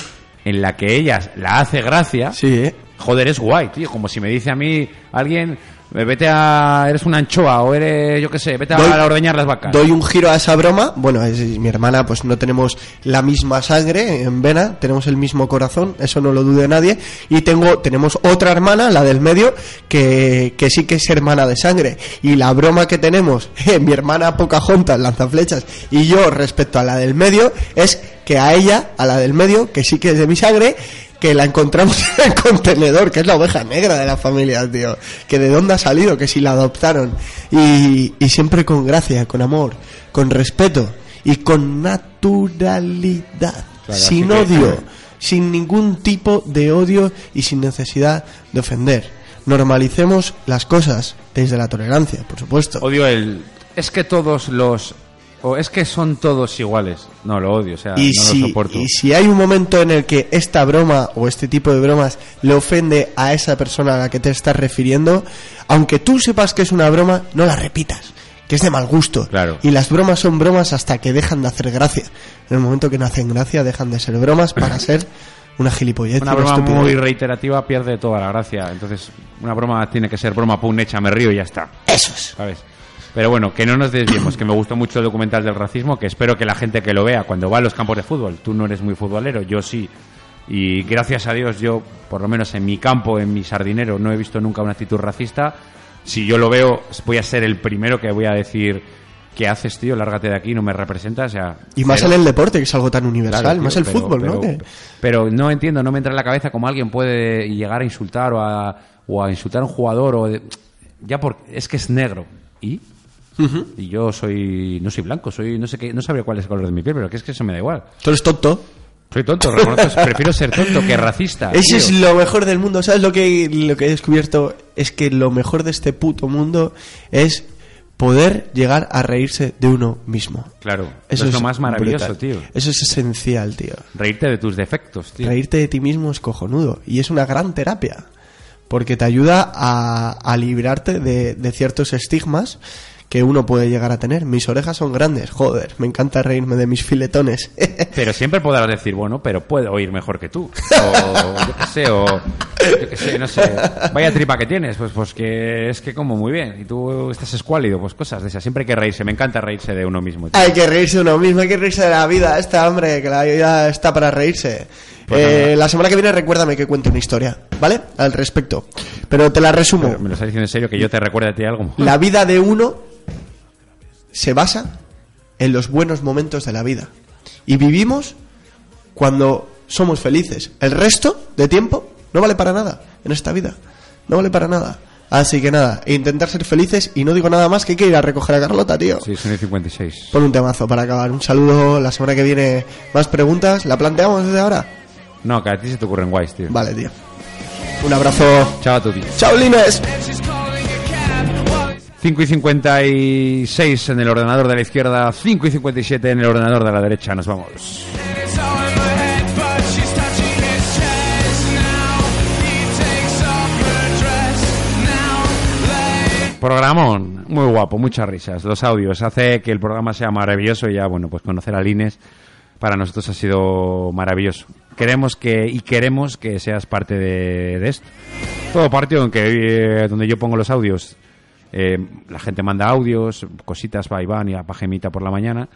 S2: en la que ella la hace gracia,
S3: ¿eh?
S2: joder, es guay, tío. Como si me dice a mí alguien, eh, vete a. eres una anchoa o eres, yo qué sé, vete a,
S3: Doy-
S2: a ordeñar las vacas.
S3: Doy un giro a esa broma. Bueno, es, es mi hermana, pues no tenemos la misma sangre en vena, tenemos el mismo corazón, eso no lo dude nadie. Y tengo, tenemos otra hermana, la del medio, que, que sí que es hermana de sangre. Y la broma que tenemos, eh, mi hermana Pocahontas, lanzaflechas, y yo respecto a la del medio, es que a ella, a la del medio, que sí que es de mi sangre, que la encontramos en el contenedor, que es la oveja negra de la familia, tío. Que de dónde ha salido, que si la adoptaron. Y, y siempre con gracia, con amor, con respeto y con naturalidad.
S24: Claro,
S3: sin
S24: así que-
S3: odio, sin ningún tipo de odio y sin necesidad de ofender. Normalicemos las cosas desde la tolerancia, por supuesto.
S2: Odio el. Es que todos los. O es que son todos iguales. No, lo odio, o sea,
S3: y,
S2: no lo
S3: si,
S2: soporto.
S3: y si hay un momento en el que esta broma o este tipo de bromas le ofende a esa persona a la que te estás refiriendo, aunque tú sepas que es una broma, no la repitas, que es de mal gusto. Y las bromas son bromas hasta que dejan de hacer gracia. En el momento que no hacen gracia, dejan de ser bromas para ser una gilipollez.
S2: Una
S3: una
S2: broma
S3: estupidez.
S2: muy reiterativa pierde toda la gracia. Entonces, una broma tiene que ser broma pun hecha, me río y ya está.
S3: Eso es.
S2: ¿Sabes? Pero bueno, que no nos desviemos, que me gustó mucho el documental del racismo, que espero que la gente que lo vea cuando va a los campos de fútbol, tú no eres muy futbolero, yo sí. Y gracias a Dios yo, por lo menos en mi campo, en mi sardinero, no he visto nunca una actitud racista. Si yo lo veo, voy a ser el primero que voy a decir, ¿qué haces, tío? Lárgate de aquí, no me representas. O sea,
S3: Y más
S2: cero.
S3: en el deporte, que es algo tan universal,
S2: Claro, tío,
S3: más el
S2: pero-
S3: fútbol, ¿no?
S2: pero-
S3: Que-
S2: Pero no entiendo, no me entra en la cabeza cómo alguien puede llegar a insultar o a, o a insultar a un jugador o de- ya por es que es negro y y yo soy no soy blanco, soy no sé qué, no sabría cuál es el color de mi piel, pero que es que eso me da igual.
S3: Tú eres tonto.
S2: Soy tonto, reconozco, prefiero ser tonto que racista.
S3: Eso
S2: Ah, tío.
S3: es lo mejor del mundo. ¿Sabes lo que, lo que he descubierto? Es que lo mejor de este puto mundo es poder llegar a reírse de uno mismo.
S2: Claro, eso es lo más maravilloso,
S3: brutal.
S2: tío.
S3: Eso es esencial, tío.
S2: Reírte de tus defectos, tío.
S3: Reírte de ti mismo es cojonudo y es una gran terapia porque te ayuda a, a librarte de, de ciertos estigmas que uno puede llegar a tener. Mis orejas son grandes, joder, me encanta reírme de mis filetones.
S2: Pero siempre podrás decir, bueno, pero puedo oír mejor que tú. O yo qué sé, o yo qué sé, no sé. Vaya tripa que tienes, pues, pues que es que como muy bien. Y tú estás escuálido, pues cosas de esas. Siempre hay que reírse, me encanta reírse de uno mismo. tío.
S3: Hay que reírse de uno mismo, hay que reírse de la vida, esta hombre, que la vida está para reírse.
S2: Pues
S3: Eh,
S2: nada.
S3: la semana que viene recuérdame que cuente una historia, ¿vale? Al respecto. Pero te la resumo.
S2: Me lo estás diciendo en serio, que yo te recuerde a ti algo.
S3: La vida de uno se basa en los buenos momentos de la vida. Y vivimos cuando somos felices. El resto de tiempo no vale para nada en esta vida. No vale para nada. Así que nada, intentar ser felices y no digo nada más que hay que ir a recoger a Carlota, tío.
S2: Sí, son el 56.
S3: Pon un temazo para acabar. Un saludo. La semana que viene más preguntas. ¿La planteamos desde ahora?
S2: No, que a ti se te ocurren guays, tío.
S3: Vale, tío. Un abrazo.
S2: Chao a tu tío.
S3: Chao, Lines.
S2: 5 y 56 en el ordenador de la izquierda, 5 y 57 en el ordenador de la derecha. Nos vamos.
S1: It's all in my head, but she's touching his chest now. He takes off her dress now.
S2: Programón, muy guapo, muchas risas. Los audios hace que el programa sea maravilloso y ya, bueno, pues conocer a Lines para nosotros ha sido maravilloso. Queremos que, y queremos que seas parte de, de esto. Todo partido en que, eh, donde yo pongo los audios, eh, la gente manda audios, cositas para Iván y a Pajemita por la mañana.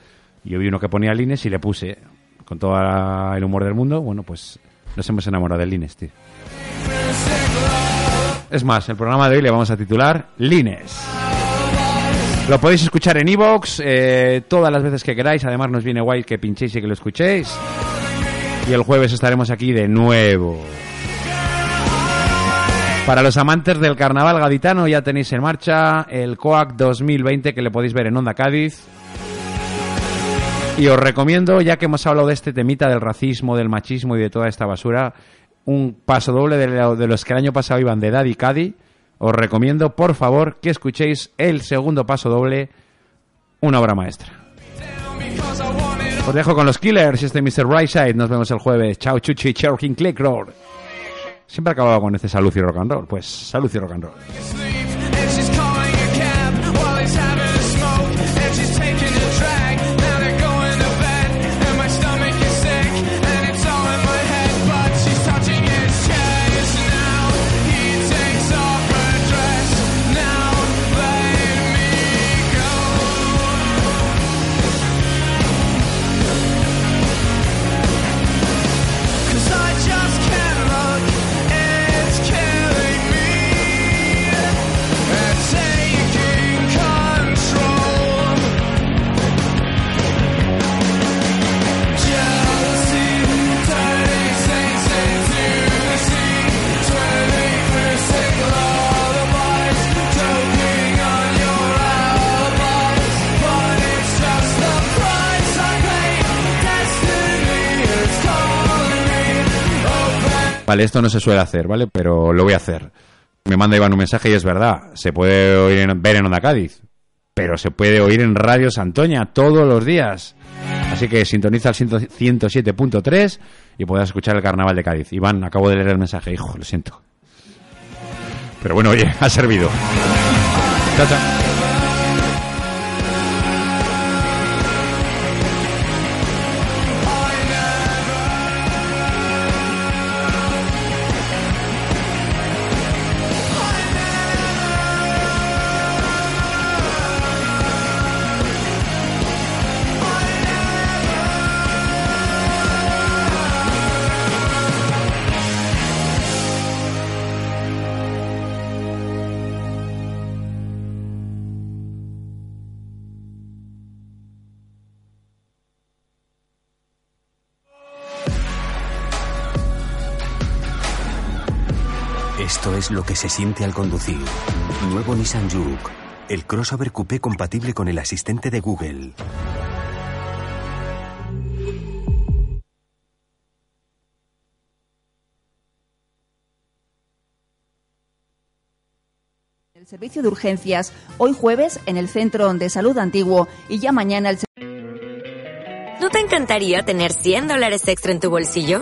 S2: y Yo vi uno que ponía Lines y le puse, con todo el humor del mundo, bueno, pues nos hemos enamorado de Lines, tío. Es más, el programa de hoy le vamos a titular Lines. Lo podéis escuchar en Evox todas las veces que queráis. Además, nos viene guay que pinchéis y que lo escuchéis. Y el jueves estaremos aquí de nuevo. Para los amantes del carnaval gaditano, ya tenéis en marcha el COAC 2020 que le podéis ver en Onda Cádiz. Y os recomiendo, ya que hemos hablado de este temita del racismo, del machismo y de toda esta basura, un paso doble de, lo- de los que el año pasado iban de Daddy Caddy, os recomiendo, por favor, que escuchéis el segundo paso doble, una obra maestra. Os dejo con los Killers y este Mr. Brightside. Nos vemos el jueves. Chao, chuchi, Cherokee Click Roll. Siempre acababa con este salud y rock and roll. Pues salud y rock and roll.
S1: And she's calling a cab while he's having a smoke. And she's taking a drag. Now they're going to bed. And my stomach is sick. And it's all in my head. But she's touching his chest now. He takes off her dress. Now let me go. Cause I just can't look. It's killing me. And taking control. Jealousy, dirty saints into the sea, turning music lullabies, joking on your alibis. But it's just the price I pay. Destiny is calling me. Open
S2: Vale, esto no se suele hacer, ¿vale? Pero lo voy a hacer. Me manda Iván un mensaje y es verdad. Se puede oír en- ver en Onda Cádiz, pero se puede oír en Radio Santoña todos los días. Así que sintoniza al 100 107.3 y podrás escuchar el carnaval de Cádiz. Iván, acabo de leer el mensaje. Hijo, lo siento. Pero bueno, oye, ha servido. Chao, chao.
S24: Esto es lo que se siente al conducir. Nuevo Nissan Juke, el crossover coupé compatible con el asistente de Google.
S4: El servicio de urgencias, hoy jueves en el Centro de Salud Antiguo y ya mañana el...
S5: ¿No te encantaría tener 100 dólares extra en tu bolsillo?